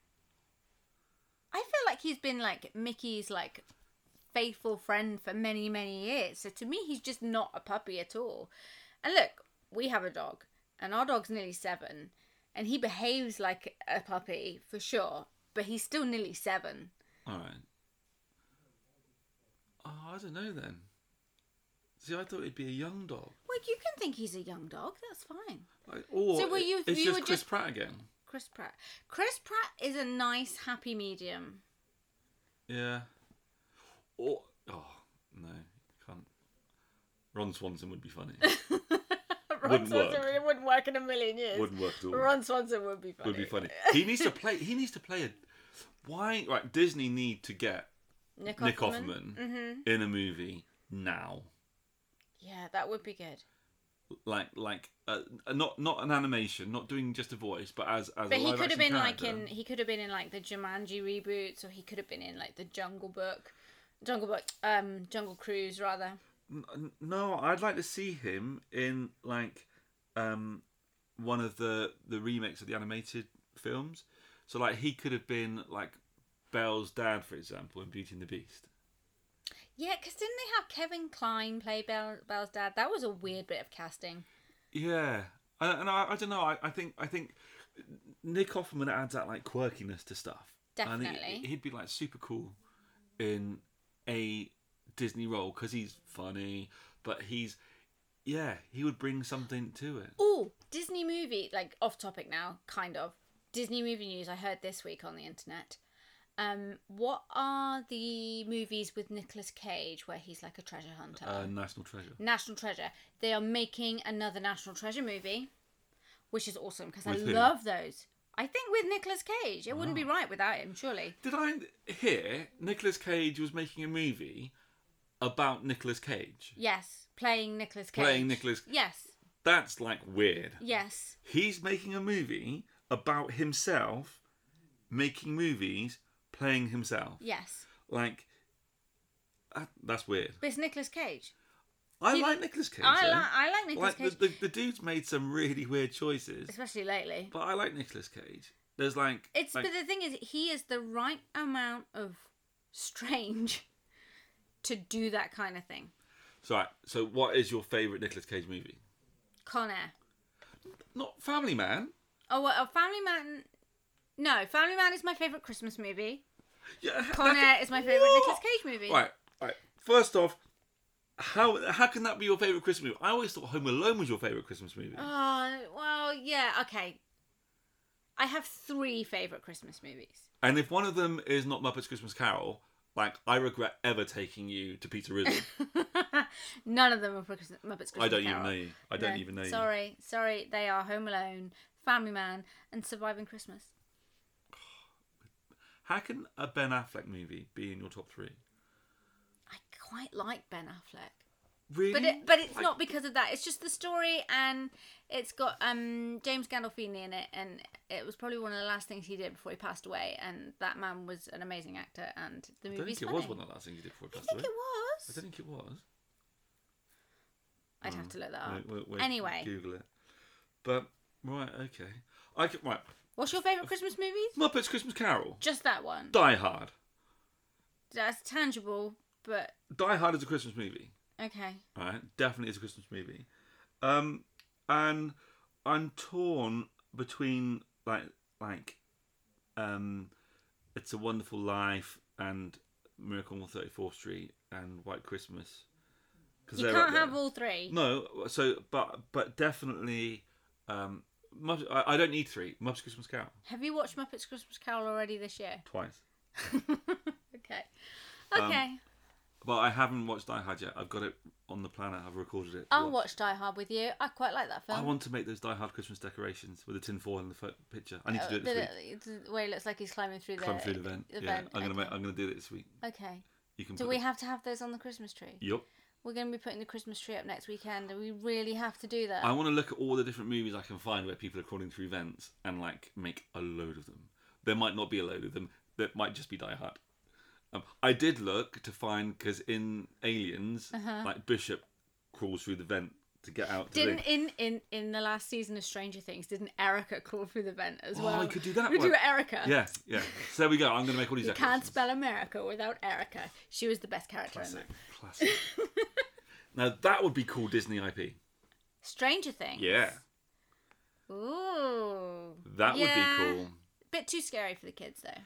I feel like he's been like Mickey's like faithful friend for many many years. So to me, he's just not a puppy at all. And look, we have a dog, and our dog's nearly seven, and he behaves like a puppy for sure, but he's still nearly seven. All right. Oh, I don't know then. See, I thought it'd be a young dog. Well, you can think he's a young dog. That's fine. Like, or So were it- you- it's you just were Chris just- Pratt again. Chris Pratt. Chris Pratt is a nice happy medium. Yeah. Or oh no, can't. Ron Swanson would be funny. Wouldn't work. really wouldn't work in a million years. Wouldn't work at all. Swanson would be funny. would be funny. He needs to play. He needs to play a. Why right? Disney need to get Nick Nick Offerman hmm in a movie now. Yeah, that would be good. Like like uh, not not an animation, not doing just a voice, but as as. But a he live could have action been character. like in he could have been in like the Jumanji reboots, or he could have been in like the Jungle Book, Jungle Book, um, Jungle Cruise rather. N- No, I'd like to see him in like um one of the the remakes of the animated films. So like he could have been like Belle's dad, for example, in Beauty and the Beast. Yeah, because didn't they have Kevin Klein play Belle, Belle's dad? That was a weird bit of casting. Yeah, and, and I, I don't know. I, I think I think Nick Offerman adds that like quirkiness to stuff. I think Definitely. he'd be like super cool in a Disney role because he's funny, but he's yeah he would bring something to it. Oh, Disney movie, like off topic now, kind of. Disney movie news I heard this week on the internet. Um, what are the movies with Nicolas Cage where he's like a treasure hunter? Uh, National Treasure. National Treasure. They are making another National Treasure movie, which is awesome because I With who? love those. I think with Nicolas Cage, it wouldn't be right without him, surely. Did I hear Nicolas Cage was making a movie about Nicolas Cage? Yes, playing Nicolas Cage. Playing Nicolas- Yes, That's like weird. yes. He's making a movie about himself making movies playing himself. Yes, Like that, that's weird. but it's Nicolas Cage. I You- like Nicolas Cage. I though. like I like Nicolas Like, Cage, the, the the dude's made some really weird choices, especially lately. but I like Nicolas Cage. There's like It's like, but the thing is, he is the right amount of strange to do that kind of thing. so right, so what is your favorite Nicolas Cage movie? Con Air. Not Family Man. Oh, well, Family Man. No, Family Man is my favorite Christmas movie. Yeah, Con that- Air is my favourite What? Nicolas Cage movie. Right, right. First off, how how can that be your favorite Christmas movie? I always thought Home Alone was your favorite Christmas movie. Oh, well, yeah, okay. I have three favourite Christmas movies. and if one of them is not Muppets Christmas Carol, like I regret ever taking you to Peter Rizzle. None of them are for Christ- Muppets Christmas I don't even Carol. know you. I don't No, even know you. Sorry, sorry. They are Home Alone, Family Man, and Surviving Christmas. How can a Ben Affleck movie be in your top three? I quite like Ben Affleck. really. But it, but it's Like- not because of that. It's just the story, and it's got um James Gandolfini in it, and it was probably one of the last things he did before he passed away. And that man was an amazing actor, and the I movie's don't think it funny. was one of the last things you did before it I passed think away. it I was. don't think it was. I'd have to look that up. Wait, wait, wait, Oh. anyway, Google it. But right, okay. I can, right. what's your favorite Christmas movie? Muppets Christmas Carol. Just that one. Die Hard. That's tangible, but Die Hard is a Christmas movie. okay. Right, definitely is a Christmas movie. Um, and I'm torn between like like, um, It's a Wonderful Life and Miracle on 34th Street and White Christmas. 'Cause You they're up can't there. have all three. No, so but but definitely, um, Mupp- I, I don't need three. Muppets Christmas Carol Have you watched Muppets Christmas Carol already this year? twice, okay. Um, Okay. but I haven't watched Die Hard yet. I've got it on the planner. I've recorded it. to I'll watch Die Hard with you. I quite like that film. I want to make those Die Hard Christmas decorations with a tin foil in the fo- picture. I need to do it this Uh, the, week. the- the way it looks like he's climbing through the Climb through the vent. the yeah, vent, I'm gonna okay. make, I'm gonna do it this week. Okay. You can. Do put we it- have to have those on the Christmas tree? Yup. We're going to be putting the Christmas tree up next weekend, and we really have to do that. I want to look at all the different movies I can find where people are crawling through vents and like make a load of them. There might not be a load of them. That might just be Die Hard. Um, I did look to find because in Aliens, like Bishop crawls through the vent to get out. To the- Uh-huh. didn't in, in in the last season of Stranger Things, didn't Erica crawl through the vent as Oh, well? I could do that We do one. Erica. Yeah, yeah. So there we go. I'm gonna make all these. You can't decorations. spell America without Erica. She was the best character in Classic. that. Classic. now that would be cool Disney IP. Stranger Things. Yeah, Ooh. that Yeah. would be cool. Bit too scary for the kids though.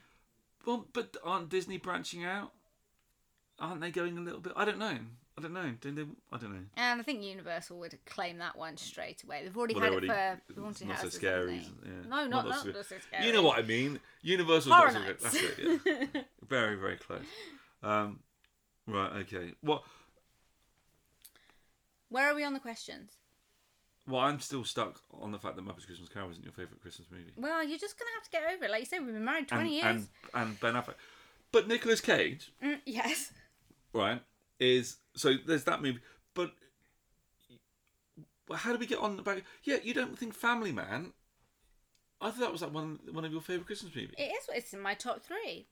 Well, but aren't Disney branching out? Aren't they going a little bit? I don't know. I don't know. Don't they? I don't know. And I think Universal would claim that one straight away. They've already Well, had they're it already- for Haunted not so Houses. scary, haven't they? is it? No, Yeah. Not not, that not, sc- not so scary. You know what I mean. Universal's Horror not so good. Nights. That's it. Yeah. very, very close. Um, right. Okay. Well, Where are we on the questions? well, I'm still stuck on the fact that Muppets Christmas Carol isn't your favourite Christmas movie. Well, you're just gonna have to get over it. Like you said, we've been married And, twenty years. and and Ben Affleck, but Nicolas Cage, Mm, yes. right? Is so there's that movie, but. Well, how do we get on about? Yeah, you don't think Family Man? I thought that was like one one of your favorite Christmas movies. It is. It's in my top three.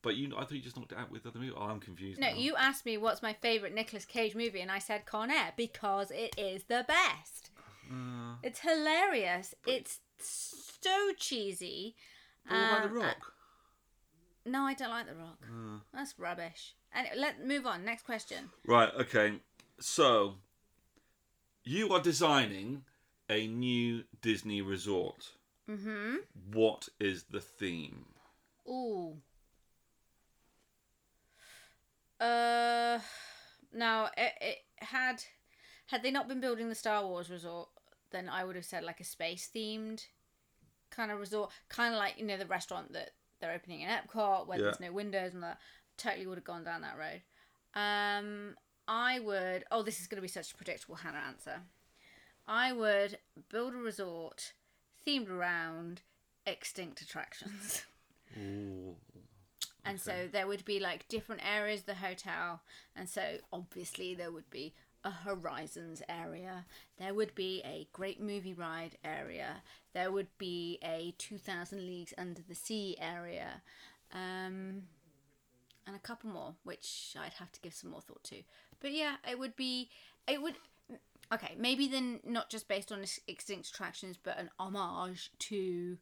But you, I thought you just knocked it out with other movie. Oh, I'm confused. No, now. you asked me what's my favorite Nicolas Cage movie, and I said Con Air because it is the best. Uh, It's hilarious. It's so cheesy. but what about Um, The Rock? No, I don't like The Rock. Uh. That's rubbish. And let move on. Next question. Right. Okay. So, you are designing a new Disney resort. Mm-hmm. What is the theme? Ooh. Uh, now it, it had had they not been building the Star Wars resort, then I would have said like a space themed kind of resort, kind of like you know the restaurant that they're opening in Epcot where Yeah. there's no windows and that. Totally would have gone down that road. Um, I would. Oh, this is going to be such a predictable Hannah answer. I would build a resort themed around extinct attractions. Ooh. And so there would be like different areas of the hotel. And so obviously there would be a Horizons area. There would be a Great Movie Ride area. There would be a 2000 Leagues Under the Sea area. Um, and a couple more, which I'd have to give some more thought to. But yeah, it would be. It would. Okay, maybe then not just based on ex- extinct attractions, but an homage to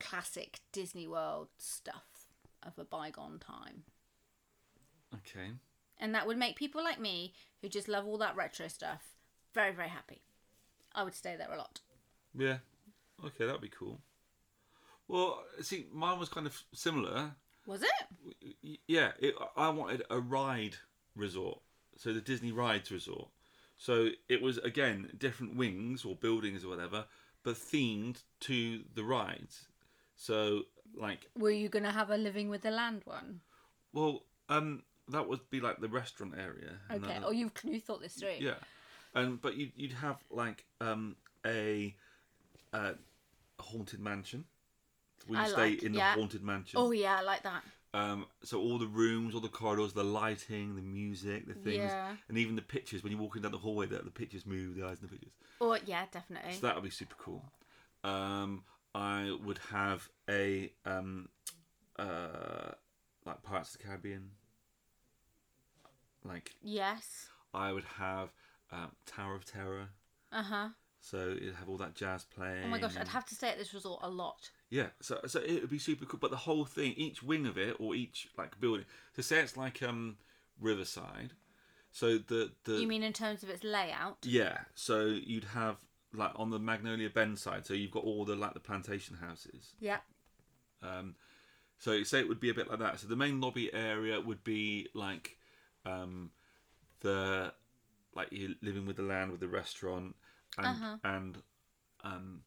classic Disney World stuff of a bygone time. Okay. And that would make people like me, who just love all that retro stuff, very, very happy. I would stay there a lot. Yeah. Okay, that'd be cool. Well, see, mine was kind of similar. Was it? Y- yeah, it, I wanted a ride resort, so the Disney rides resort. So it was again different wings or buildings or whatever, but themed to the rides. So like, Were you going to have a Living with the Land one? well, um, that would be like the restaurant area. and Okay. that- Oh, you you thought this through. yeah, and but you'd you'd have like um a uh, haunted mansion. We I stay like- in the yeah. haunted mansion. Oh yeah, I like that. Um, so all the rooms, all the corridors, the lighting, the music, the things, Yeah. and even the pictures. When you're walking down the hallway, that the pictures move, the eyes in the pictures. Or Oh, yeah, definitely. So that would be super cool. Um, I would have a um, uh, like Pirates of the Caribbean. Like yes. I would have um, Tower of Terror. Uh huh. So you'd have all that jazz playing. Oh my gosh, I'd and- have to stay at this resort a lot. Yeah, so so it would be super cool. But the whole thing, each wing of it, or each like building. So say it's like um Riverside. So the the You mean in terms of its layout? yeah. So you'd have like on the Magnolia Bend side. So you've got all the like the plantation houses. Yeah. Um, so say it would be a bit like that. So the main lobby area would be like um the like you living with the land with the restaurant and Uh-huh. and um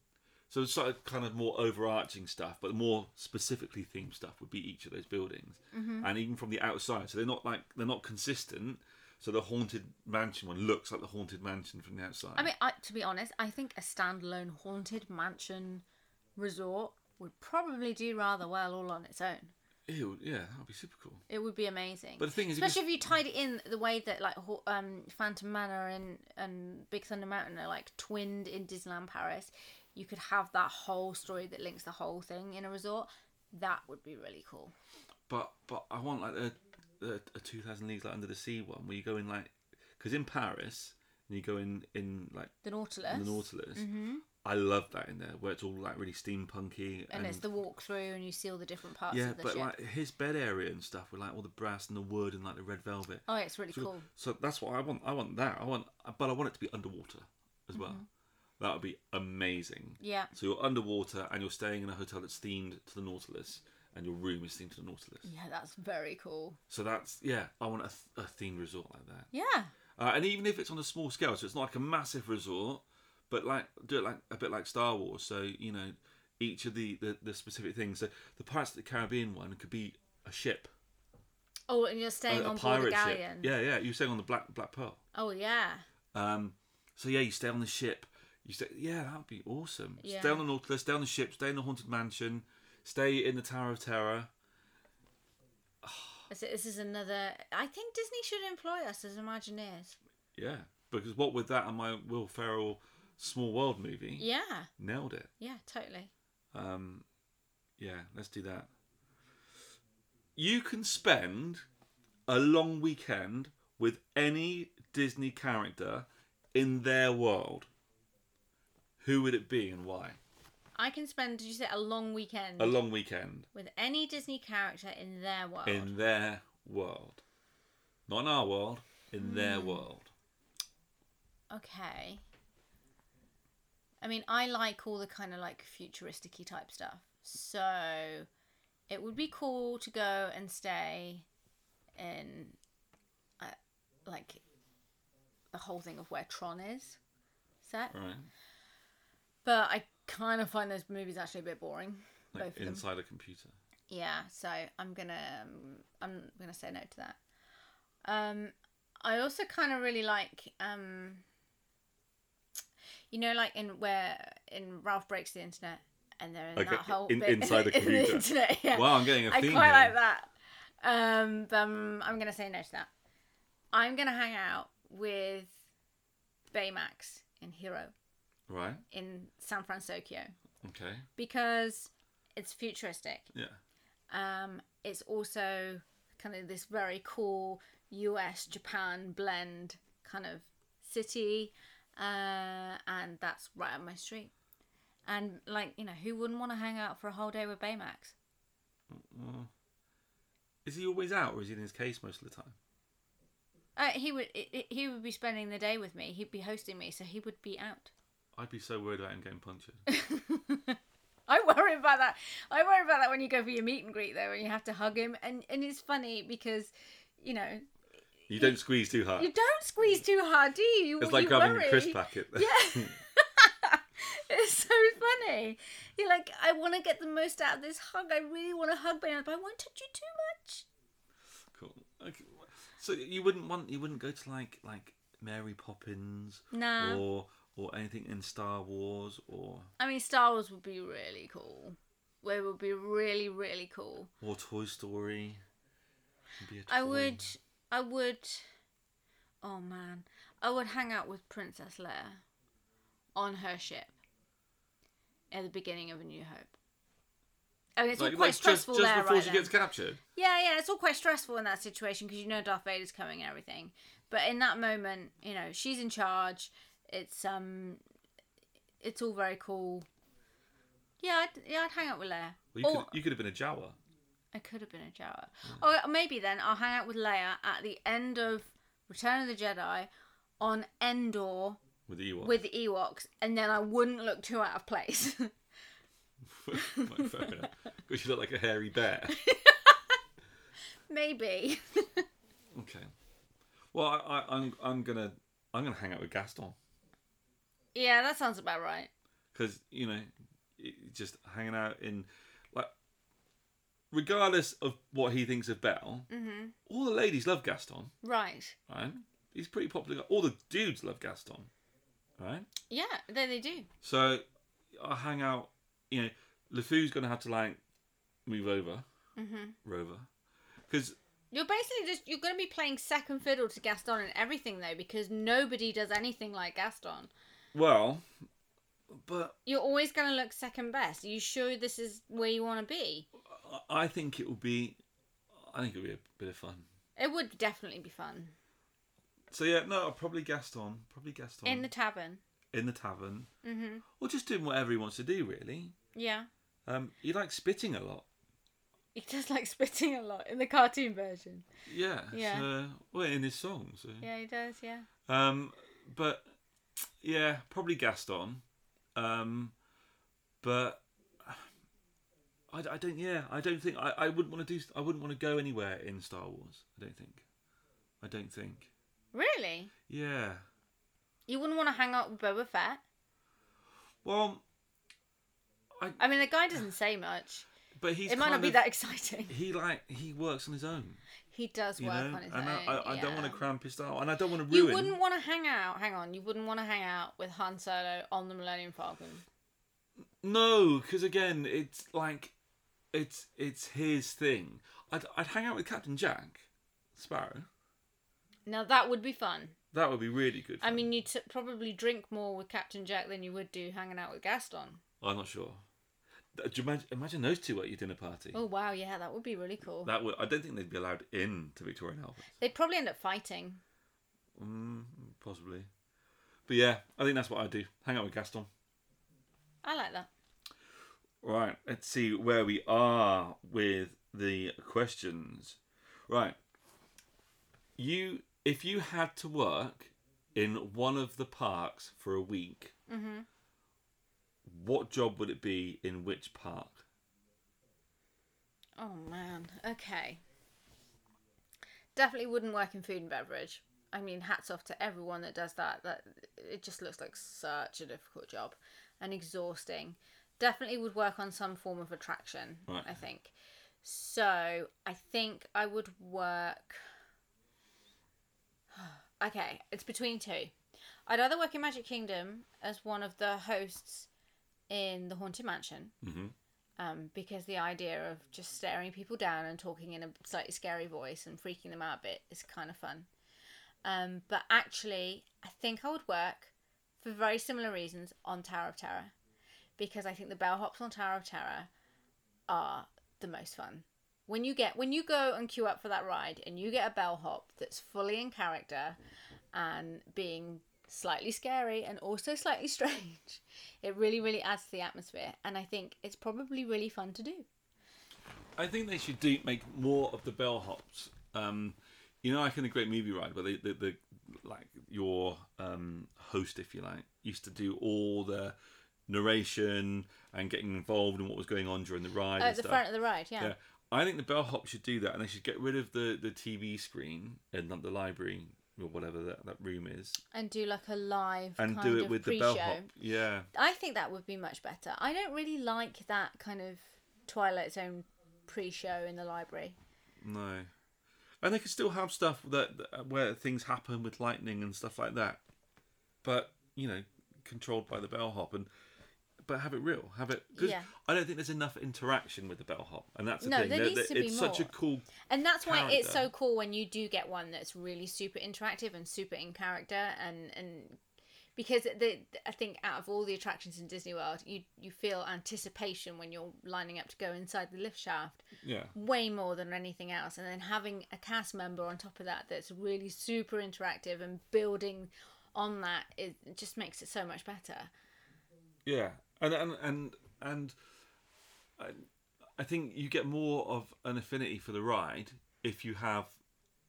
so it's sort of kind of more overarching stuff, but more specifically themed stuff would be each of those buildings, Mm-hmm. and even from the outside. So they're not like they're not consistent. So the haunted mansion one looks like the haunted mansion from the outside. I mean, I, to be honest, I think a standalone haunted mansion resort would probably do rather well all on its own. Ew, yeah, that would be super cool. It would be amazing. But the thing is, if you especially if you tied it in the way that like ho- um, Phantom Manor and and Big Thunder Mountain are like twinned in Disneyland Paris, you could have that whole story that links the whole thing in a resort. That would be really cool. But but I want like a, a, a two thousand leagues like under the sea one where you go in like because in Paris and you go in in like The Nautilus. the Nautilus. Mm-hmm. I love that in there where it's all like really steampunky and, and, it's the walkthrough, and you see all the different parts yeah, of the but ship. like his bed area and stuff with like all the brass and the wood and like the red velvet. oh, it's really So, cool. so that's what I want. I want that. I want, but I want it to be underwater as well. That would be amazing. Mm-hmm. Yeah. So you're underwater and you're staying in a hotel that's themed to the Nautilus, and your room is themed to the Nautilus. Yeah, that's very cool. So that's yeah. I want a, th- a themed resort like that. Yeah. Uh, and even if it's on a small scale, so it's not like a massive resort, but like do it like a bit like Star Wars. So you know, each of the the, the specific things. So the Pirates of the Caribbean one could be a ship, Oh, and you're a, staying a on board a pirate ship. galleon. Yeah, yeah. You were saying on the Black Black Pearl. Oh yeah. Um, so yeah, you stay on the ship. You stay. Yeah, that would be awesome. Yeah. Stay on the Nautilus. Stay on the ship. Stay in the haunted mansion. Stay in the Tower of Terror. This this is another. I think Disney should employ us as Imagineers. Yeah, because what with that and my Will Ferrell Small World movie Yeah. nailed it. Yeah. Totally. Um, yeah, let's do that. You can spend a long weekend with any Disney character in their world. Who would it be and why? I can spend. Did you say a long weekend A long weekend with any Disney character in their world? in their world. Not in our world, in Hmm. their world. Okay. I mean, I like all the kind of like futuristic y type stuff. So it would be cool to go and stay in uh, like the whole thing of where Tron is set. Right? But I kind of find those movies actually a bit boring. both Like of them. inside a computer. Yeah, so I'm gonna um, I'm gonna say no to that. Um, I also kind of really like um, you know, like in where in Ralph breaks the internet, and they're in Like, uh, that whole in- bit- inside the in computer. internet, yeah. Wow, I'm getting a I theme quite here. like that. Um, but um, I'm gonna say no to that. I'm gonna hang out with Baymax in Hero Right? in San Francisco Okay. because it's futuristic. Yeah. Um, it's also kind of this very cool US Japan blend kind of city, uh, and that's right up my street. And like you know, who wouldn't want to hang out for a whole day with Baymax? Well, is he always out or is he in his case most of the time? Uh, he would i- i- he would be spending the day with me. He'd be hosting me, so he would be out. I'd be so worried about him getting punctured. I worry about that. I worry about that when you go for your meet and greet though, and you have to hug him. And and it's funny because, you know, You don't squeeze too hard. you don't squeeze too hard, do you? You- it's like you grabbing a worry. crisp packet. Yeah. it's so funny. You're like, I want to get the most out of this hug. I really want to hug Baymax, but I won't touch you too much. cool. Okay. So you wouldn't want you wouldn't go to like like Mary Poppins Nah. or or anything in Star Wars or I mean, Star Wars would be really cool. where would be really really cool. Or Toy Story. It'd be a I toy. would I would oh man. I would hang out with Princess Leia on her ship at the beginning of A New Hope. I mean, it's all Like, quite like, just, stressful just there, before right she then. gets captured. Yeah, yeah, it's all quite stressful in that situation because you know Darth Vader's coming and everything. But in that moment, you know, she's in charge. It's um, it's all very cool. Yeah, I'd, yeah, I'd hang out with Leia. Well, you, or could, you could have been a Jawa. I could have been a Jawa. Or maybe then I'll hang out with Leia at the end of Return of the Jedi on Endor With the Ewok. with the Ewoks, and then I wouldn't look too out of place. like, fair enough. Because you look like a hairy bear. maybe. Okay. Well, I, I, I'm I'm gonna I'm gonna hang out with Gaston yeah, that sounds about right. because you know, it- just hanging out in like, regardless of what he thinks of Belle, all the ladies love Gaston, Mm-hmm. Right. right? He's pretty popular. All the dudes love Gaston, right? Yeah, there they do. So I hang out. You know, LeFou's gonna have to like move over, mm-hmm. Rover, because You're basically just you're going to be playing second fiddle to Gaston and everything though because nobody does anything like Gaston. well, but You're always going to look second best. Are you sure this is where you want to be? I- I think it will be, I think it'll be a bit of fun. It would definitely be fun So yeah, no, probably Gaston, probably Gaston in the tavern. in the tavern, Mhm. or just doing whatever he wants to do. Really, Yeah. um, he likes spitting a lot. He does like spitting a lot in the cartoon version. Yeah, Yeah. So, well, in his songs. so- Yeah, he does, yeah. Um, but yeah, probably Gaston. Um, but I, I don't. Yeah, I don't think I, I wouldn't want to do. I wouldn't want to go anywhere in Star Wars. I don't think. I don't think. Really? Yeah. You wouldn't want to hang out with Boba Fett? Well, I mean, the guy doesn't say much. but he's. it might not kind be of- that exciting. He like he works on his own. He does you work know? on his and own. I, I, I don't yeah. want to cramp his style, and I don't want to You ruin. wouldn't want to hang out. Hang on, you wouldn't want to hang out with Han Solo on the Millennium Falcon. No, because again, it's like, it's it's his thing. I'd I'd hang out with Captain Jack Sparrow. Now that would be fun. That would be really good. I fun. mean, you'd t- probably drink more with Captain Jack than you would do hanging out with Gaston. Oh, I'm not sure. Do you imagine, imagine those two at your dinner party? Oh wow, yeah, that would be really cool. That would. I don't think they'd be allowed in to Victoria and Albert. They'd probably end up fighting. Mm, possibly. But yeah, I think that's what I'd do. Hang out with Gaston. I like that. Right, let's see where we are with the questions. Right. You if you had to work in one of the parks for a week, Mhm. what job would it be in which park? Oh man. Okay. Definitely wouldn't work in food and beverage. I mean, hats off to everyone that does that. That it just looks like such a difficult job and exhausting. Definitely would work on some form of attraction, Right. I think. So, I think I would work Okay, it's between two. I'd either work in Magic Kingdom as one of the hosts in the Haunted Mansion Mhm. um, because the idea of just staring people down and talking in a slightly scary voice and freaking them out a bit is kind of fun. Um, but actually, I think I would work for very similar reasons on Tower of Terror because I think the bellhops on Tower of Terror are the most fun. When you get when you go and queue up for that ride and you get a bellhop that's fully in character and being slightly scary and also slightly strange, it really really adds to the atmosphere and I think it's probably really fun to do. I think they should do make more of the bellhops. Um, you know, like in the Great Movie Ride, where they, the, the like your um, host, if you like, used to do all the narration and getting involved in what was going on during the ride. At and the stuff. front of the ride, yeah. Yeah, I think the bellhop should do that, and they should get rid of the the TV screen and not the library or whatever that, that room is, And do like a live and kind do it of with the pre-show. bellhop. Yeah, I think that would be much better. I don't really like that kind of Twilight Zone pre-show in the library. no, and they could still have stuff that that- where things happen with lightning and stuff like that, but you know, controlled by the bellhop and. but have it real. Have it because Yeah. I don't think there's enough interaction with the bellhop, and that's the No, thing. there They're- needs they're- to be it's such a more. cool. And that's why it's so character. cool when you do get one that's really super interactive and super in character and and because the I think out of all the attractions in Disney World, you you feel anticipation when you're lining up to go inside the lift shaft Yeah, way more than anything else and then having a cast member on top of that that's really super interactive and building on that it just makes it so much better. yeah, and and and and I, I think you get more of an affinity for the ride if you have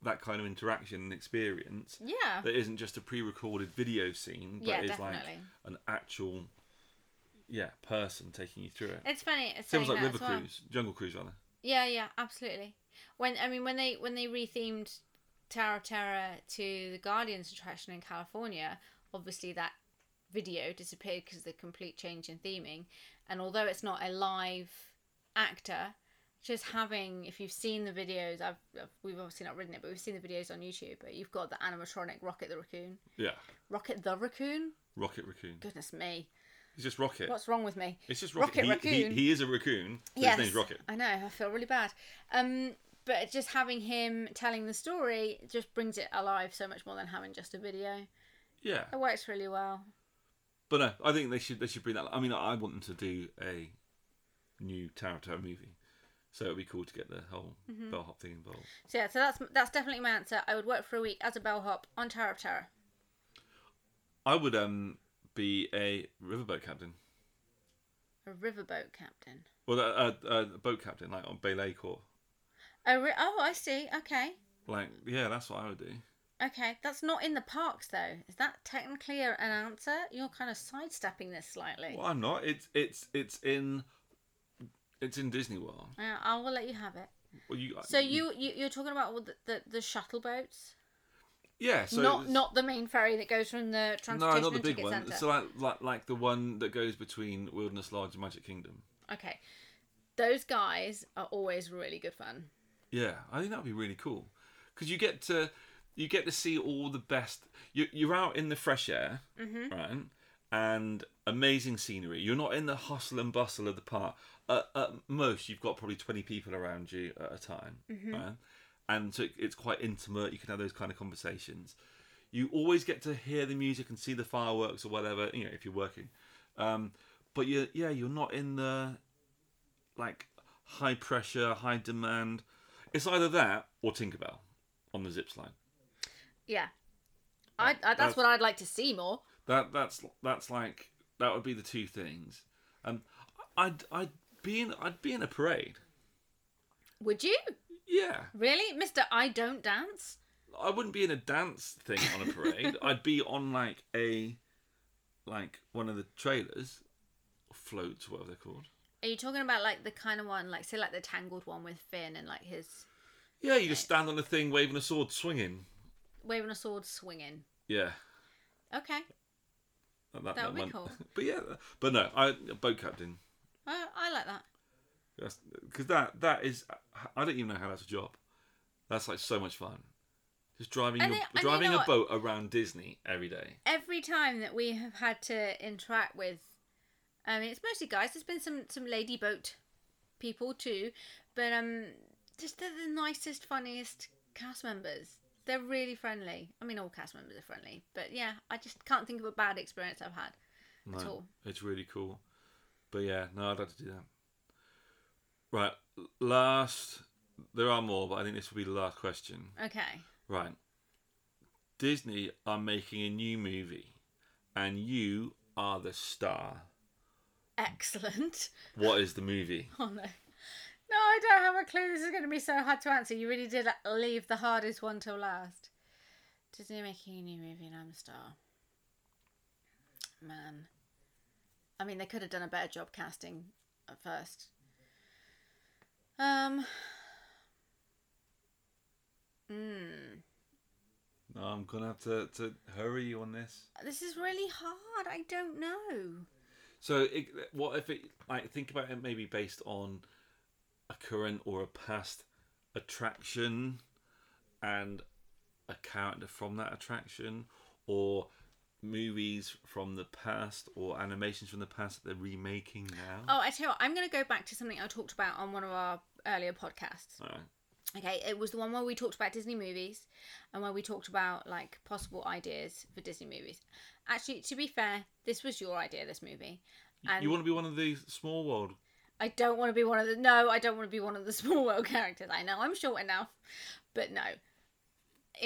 that kind of interaction and experience Yeah. that isn't just a pre-recorded video scene, but Yeah, is like definitely. an actual, yeah, person taking you through it. It's funny. It's Same as saying like that River as well. Cruise, Jungle Cruise rather. Yeah, yeah, absolutely. When I mean when they when they rethemed Tower of Terror to the Guardians attraction in California, obviously that video disappeared because of the complete change in theming. And although it's not a live actor, just having if you've seen the videos, I've, I've we've obviously not ridden it, but we've seen the videos on YouTube. But you've got the animatronic Rocket the Raccoon, Yeah, Rocket the Raccoon. Rocket Raccoon. Goodness me, It's just Rocket. what's wrong with me? It's just Rocket Rocket. he, Raccoon. He, he is a raccoon. but His name's Rocket. I know. I feel really bad. Um, but just having him telling the story just brings it alive so much more than having just a video. Yeah, It works really well. but no, I think they should they should bring that. I mean, I want them to do a new Tower of Terror movie, so it'd be cool to get the whole Mm-hmm. bellhop thing involved. So yeah, so that's that's definitely my answer. I would work for a week as a bellhop on Tower of Terror. I would um be a riverboat captain, A riverboat captain. well, a, a, a boat captain, like on Bay Lake or Oh, ri- oh, I see. Okay, like yeah, that's what I would do. okay. That's not in the parks though. Is that technically a- an answer? You're kind of sidestepping this slightly. Well, I'm not. It's it's it's in it's in Disney World. Yeah, Uh, I will let you have it. Well, you So you, you you're talking about all the, the the shuttle boats. yeah, so not it's- not the main ferry that goes from the no, transportation not the and big ticket one. centre. So like, like like the one that goes between Wilderness Lodge and Magic Kingdom. okay, those guys are always really good fun. Yeah, I think that would be really cool because you get to you get to see all the best. You, you're out in the fresh air, right? And amazing scenery. You're not in the hustle and bustle of the park. At, at most, you've got probably twenty people around you at a time, right? And so it- it's quite intimate. You can have those kind of conversations. You always get to hear the music and see the fireworks or whatever. You know, if you're working, um, but you yeah, you're not in the like high pressure, high demand. It's either that or Tinkerbell on the zip line. Yeah, I, I that's, that's- what I'd like to see more. That that's that's like that would be the two things. Um, I'd I'd be in I'd be in a parade. Would you Yeah, really, Mister? I don't dance. I wouldn't be in a dance thing on a parade. I'd be on like a like one of the trailers, floats, whatever they're called. Are you talking about like the kind of one, like say, like the tangled one with Finn and like his Yeah, you just stand on a thing waving a sword, swinging. waving a sword, swinging? Yeah. Okay, That, That would be one. cool. But yeah, but no, I boat captain. I, Uh, I like that. because that that is I don't even know how that's a job. That's like so much fun. Just driving And your, they- and you driving know a what? boat around Disney every day. every time that we have had to interact with I mean it's mostly guys, there's been some some lady boat people too, but um just they're the nicest, funniest cast members. They're really friendly. I mean all cast members are friendly, but yeah, I just can't think of a bad experience I've had. No, all. It's really cool. But yeah, no, I'd like to do that. Right, l- last there are more, but I think this will be the last question. Okay. Right. Disney are making a new movie and you are the star. Excellent. What is the movie? Oh no. No, I don't have a clue. This is going to be so hard to answer. You really did leave the hardest one till last. Disney making a new movie and I'm a star. Man. I mean, they could have done a better job casting at first. Um. Mm, No, I'm gonna have to, to hurry you on this. this is really hard. I don't know. So, it, what if it like think about it maybe based on a current or a past attraction and a character from that attraction, or movies from the past or animations from the past that they're remaking now. Oh, I tell you what, I'm going to go back to something I talked about on one of our earlier podcasts. All right. Okay, it was the one where we talked about Disney movies and where we talked about like possible ideas for Disney movies. Actually, to be fair, this was your idea, this movie. And you want to be one of these small world? I don't want to be one of the no, I don't want to be one of the small world characters. I know I'm short enough, but no.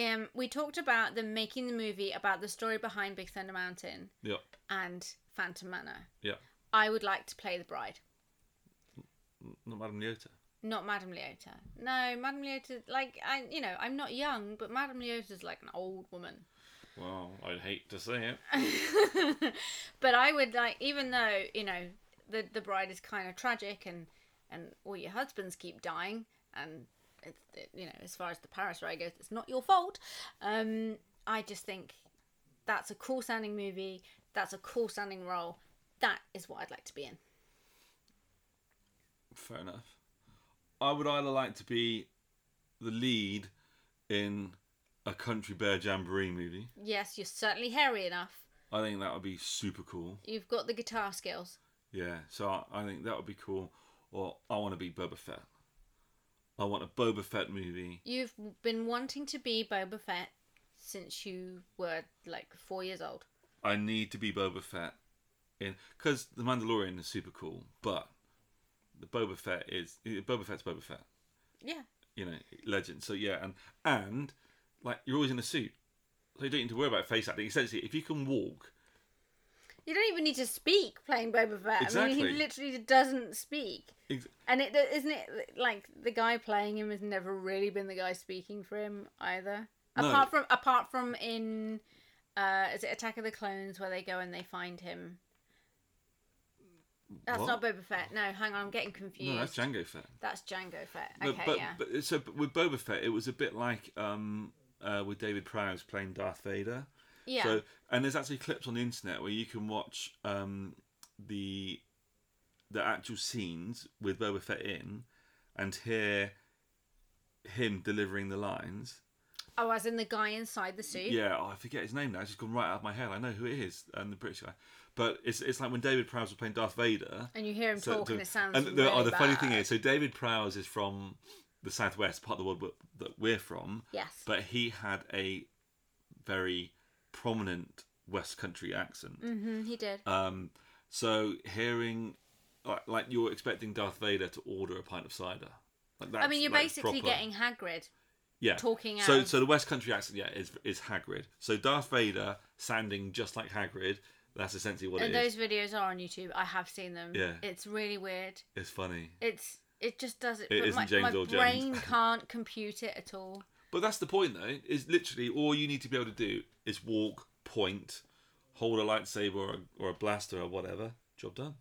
Um, we talked about them making the movie about the story behind Big Thunder Mountain Yeah, and Phantom Manor. yeah. I would like to play the bride, Not Madame Leota. not Madame Leota. No, Madame Leota. Like I, you know, I'm not young, but Madame Leota's like an old woman. Well, I'd hate to say it. but I would like, even though you know the the bride is kind of tragic, and and all your husbands keep dying, and it's it, you know as far as the Paris ride goes, it's not your fault. Um, I just think that's a cool sounding movie. That's a cool sounding role. That is what I'd like to be in. Fair enough. I would either like to be the lead in a Country Bear Jamboree movie. Yes, you're certainly hairy enough. I think that would be super cool. You've got the guitar skills. Yeah, so I, I think that would be cool. Or I want to be Boba Fett. I want a Boba Fett movie. You've been wanting to be Boba Fett since you were like four years old. I need to be Boba Fett in because the Mandalorian is super cool, but the Boba Fett is Boba Fett's Boba Fett, Yeah, you know, legend. So yeah, and and like you're always in a suit, so you don't need to worry about face acting. Essentially, if you can walk, You don't even need to speak playing Boba Fett. I mean, Exactly. he literally doesn't speak. ex- And it isn't it like the guy playing him has never really been the guy speaking for him either. No. Apart from apart from in uh is it Attack of the Clones where they go and they find him. That's What? not Boba Fett. No, hang on, I'm getting confused. no, that's Django Fett. That's Django Fett. But Okay, but, yeah. but so but with Boba Fett, it was a bit like um uh, with David Prowse playing Darth Vader. yeah. So and there's actually clips on the internet where you can watch um, the the actual scenes with Boba Fett in, and hear him delivering the lines. oh, as in the guy inside the suit. Yeah, oh, I forget his name now. It's just gone right out of my head. I know who it is, and the British guy. But it's it's like when David Prowse was playing Darth Vader. And you hear him So- talk and so- it sounds and the, oh, really the funny thing bad. is, so David Prowse is from the southwest part of the world wh- that we're from. Yes. But he had a very prominent West Country accent. Mhm, he did. Um, so hearing, like, like you're expecting Darth Vader to order a pint of cider. Like that's, I mean, you're like, basically proper- getting Hagrid. yeah. talking So out. so the West Country accent, yeah, is is Hagrid. So Darth Vader sounding just like Hagrid. That's essentially what And it is. those videos are on YouTube. I have seen them. Yeah. It's really weird. It's funny, It's it just does it. It but isn't my, James my Earl Jones. brain can't compute it at all. but that's the point though. Is literally all you need to be able to do is walk, point, hold a lightsaber or a, or a blaster or whatever. Job done.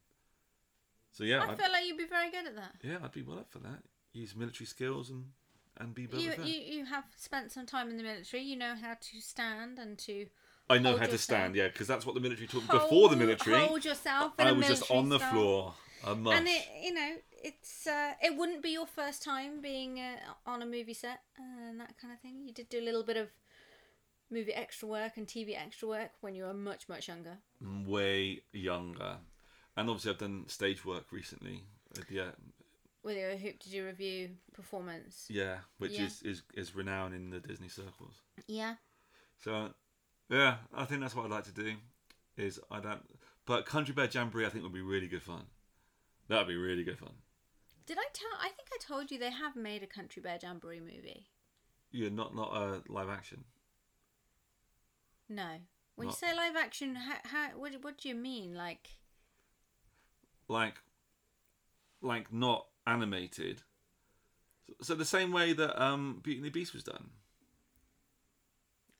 So yeah, I I'd, feel like you'd be very good at that. yeah, I'd be well up for that. Use military skills and and be Boba You, Fett. you you have spent some time in the military. You know how to stand and to I know Hold how to yourself. stand, yeah, because that's what the military taught me before the hold- military. Hold yourself. In I a was just military on the style. floor. A mush. And it you know it's uh, it wouldn't be your first time being uh, on a movie set uh, and that kind of thing. You did do a little bit of movie extra work and TV extra work when you were much much younger. Way younger, and obviously I've done stage work recently. uh, Yeah, with your hoop did you review performance yeah, which Yeah. Is, is is renowned in the Disney circles. yeah So, yeah, I think that's what I'd like to do. Is I don't, but Country Bear Jamboree I think would be really good fun. That'd be really good fun. did i tell i think i told you they have made a country bear jamboree movie Yeah, not not uh, live action. no when What? you say live action how, how what, what do you mean like like like not animated. So, so the same way that um Beauty and the Beast was done.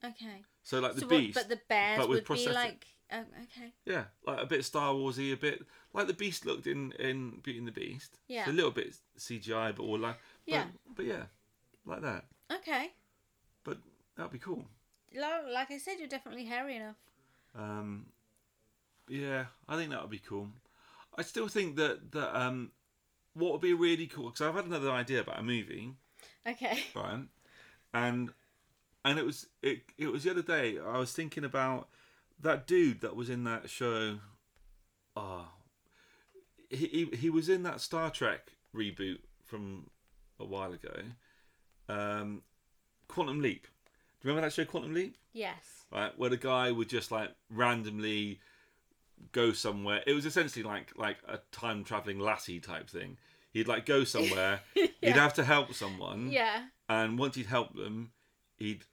okay So like the so Beast, what, but the bears but with would be prosthetic. like oh, okay yeah, like a bit Star Warsy, a bit like the Beast looked in in Beauty and the Beast. Yeah. so a little bit CGI, but all like but, Yeah. but yeah, like that. okay But that'd be cool. Lo- like i said you're definitely hairy enough Um, yeah, I think that would be cool. I still think that that um, what would be really cool because I've had another idea about a movie. okay Brian, and and it was it it was the other day I was thinking about that dude that was in that show. Oh, he, he he was in that Star Trek reboot from a while ago. Um, Quantum Leap. Do you remember that show, Quantum Leap? Yes. right? Where the guy would just like randomly go somewhere. It was essentially like like a time traveling lassie type thing. He'd like go somewhere. He'd have to help someone, Yeah. and once he'd helped them, he'd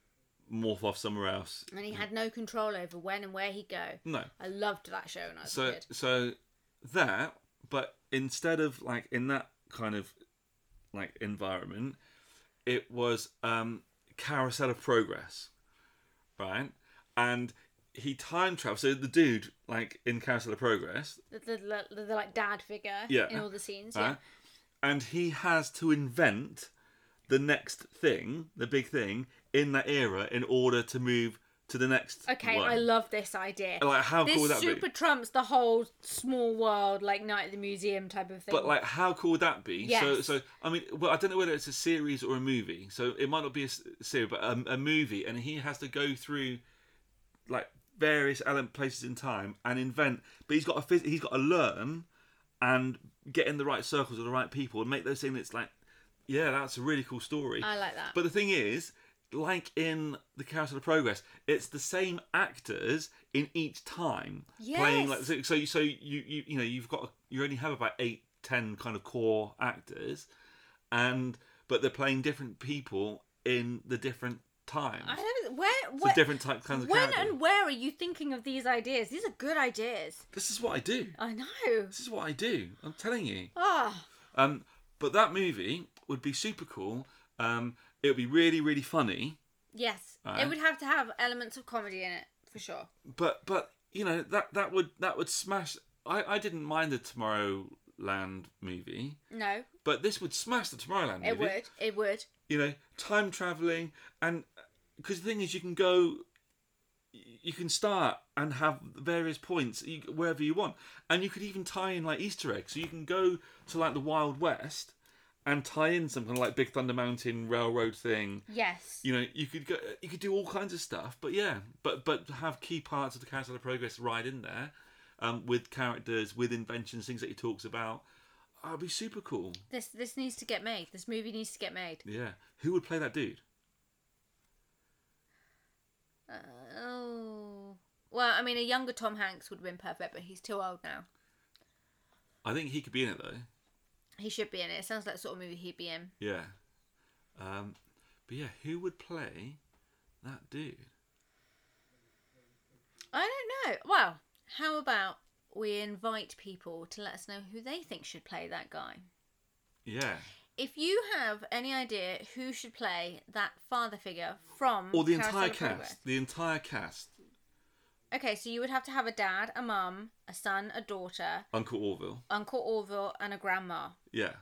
morph off somewhere else. And he had no control over when and where he'd go. No, I loved that show when I was a so kid. so that, but instead of like in that kind of like environment, it was um carousel of progress, right? And he time traveled. So the dude, like in Carousel of Progress, The, the, the, the like dad figure Yeah. in all the scenes. right? and he has to invent the next thing, the big thing in that era, in order to move to the next. yeah. Okay, one. I love this idea. Like how this cool would that super be? trumps the whole small world, like night at the museum type of thing. But like, how cool would that be? So, Yes. so I mean, well, I don't know whether it's a series or a movie. So it might not be a s- series, but um, a, a movie, and he has to go through like various element places in time and invent. But he's got a phys- he's got to learn and get in the right circles with the right people and make those things. It's like, yeah, that's a really cool story. I like that. But the thing is, like in the Carousel of Progress, it's the same actors in each time playing. Like Yes. so, so you so you, you you know you've got you only have about eight ten kind of core actors, and but they're playing different people in the different times. I don't know where so where different type, kinds of when character. and where are you thinking of these ideas? These are good ideas. This is what I do. I know. This is what I do. I'm telling you. Ah, Um, but that movie would be super cool. Um, it would be really really funny. yes. Alright. It would have to have elements of comedy in it for sure. but but you know that that would that would smash i i didn't mind the tomorrowland movie No, but this would smash the tomorrowland movie it would. It would. you know time traveling and because the thing is you can go you can start and have various points you- wherever you want and you could even tie in like easter eggs so you can go to like the wild west and tie in some kind of like big thunder mountain railroad thing Yes. you know you could go you could do all kinds of stuff but yeah but but have key parts of the Council of progress right in there um, with characters with inventions things that he talks about that would be super cool This this needs to get made. This movie needs to get made. yeah who would play that dude Uh, oh. Well, I mean, a younger Tom Hanks would have been perfect, but he's too old now. i think he could be in it though He should be in it. It sounds like the sort of movie he'd be in. yeah um, but yeah who would play that dude I don't know. Well, how about we invite people to let us know who they think should play that guy? yeah If you have any idea who should play that father figure from or the Carousel entire of Progress- cast the entire cast Okay, so you would have to have a dad, a mum, a son, a daughter, uncle orville Uncle Orville, and a grandma. yeah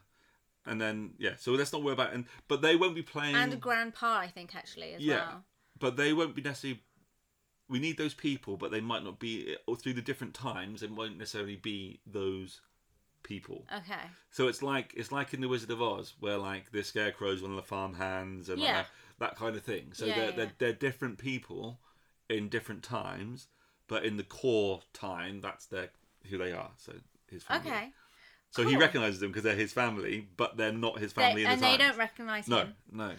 and then yeah so let's not worry about and but they won't be playing And a grandpa, I think, actually, as Yeah. well. but they won't be necessarily. We need those people, but they might not be, or through the different times, it won't necessarily be those people. Okay. So it's like it's like in the Wizard of Oz, where like the Scarecrow's one of the farm hands and like Yeah. that, that kind of thing. So Yeah, they're, yeah, they're yeah. they're different people in different times, but in the core time, that's their who they are. So his family. Okay. So he cool. recognizes them because they're his family, but they're not his family. They- in and the they times. don't recognise No, him. no.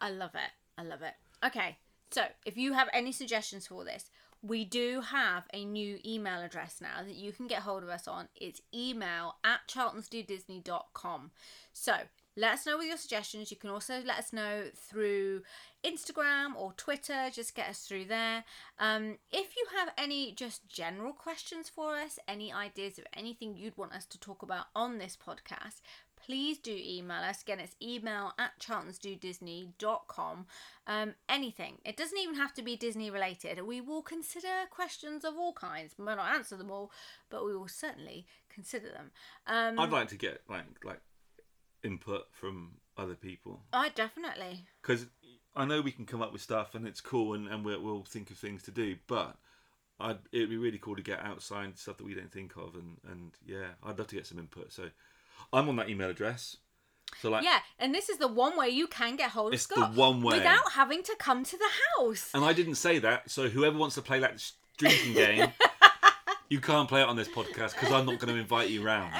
I love it. I love it. Okay. So, if you have any suggestions for this, we do have a new email address now that you can get hold of us on. It's email at charltonsdodisney.com. So, let us know with your suggestions. You can also let us know through Instagram or Twitter. Just get us through there. Um, if you have any just general questions for us, any ideas of anything you'd want us to talk about on this podcast, please do email us. Again, it's email at charltonsdodisney.com. Um, anything. It doesn't even have to be Disney related. We will consider questions of all kinds. We might not answer them all, but we will certainly consider them. Um, I'd like to get like like input from other people. I definitely. because I know we can come up with stuff and it's cool and, and we'll, we'll think of things to do, but I'd, it'd be really cool to get outside stuff that we don't think of and, and yeah, I'd love to get some input. So I'm on that email address. So like, Yeah, and this is the one way you can get hold of It's the Scott one way. without having to come to the house. and I didn't say that. So whoever wants to play that sh- drinking game. you can't play it on this podcast because I'm not going to invite you round.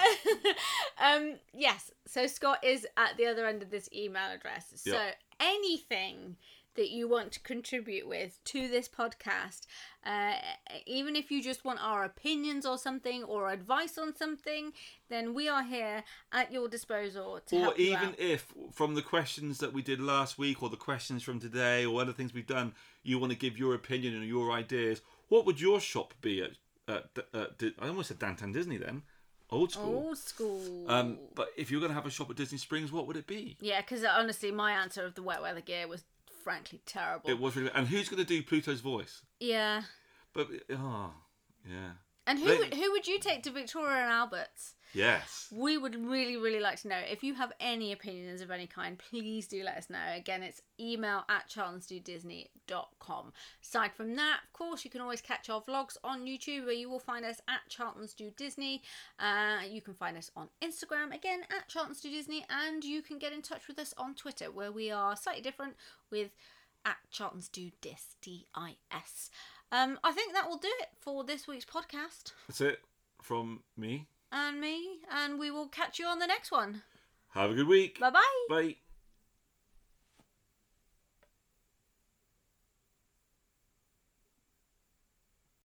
um, yes. So Scott is at the other end of this email address. So Yeah. anything that you want to contribute with to this podcast, uh, even if you just want our opinions or something or advice on something, then we are here at your disposal to Or help you even out. if from the questions that we did last week or the questions from today or other things we've done, you want to give your opinion and your ideas, what would your shop be at? at, D- at Di- I almost said downtown Disney then. Old school. Old school. Um, but if you're going to have a shop at Disney Springs, what would it be? yeah, because honestly, my answer of the wet weather gear was frankly terrible. It was really. And who's going to do Pluto's voice? yeah. But, oh, yeah. And who They- would, who would you take to Victoria and Albert's? Yes. We would really, really like to know. If you have any opinions of any kind, please do let us know. Again, it's email at charltonsdodisney.com. Aside from that, of course, you can always catch our vlogs on YouTube where you will find us at charltonsdodisney. Uh, you can find us on Instagram, again, at charltonsdodisney. And you can get in touch with us on Twitter where we are slightly different with at charltonsdodis, D-I-S. Um, I think that will do it for this week's podcast That's it from me. and me, and we will catch you on the next one. Have a good week. Bye bye. Bye.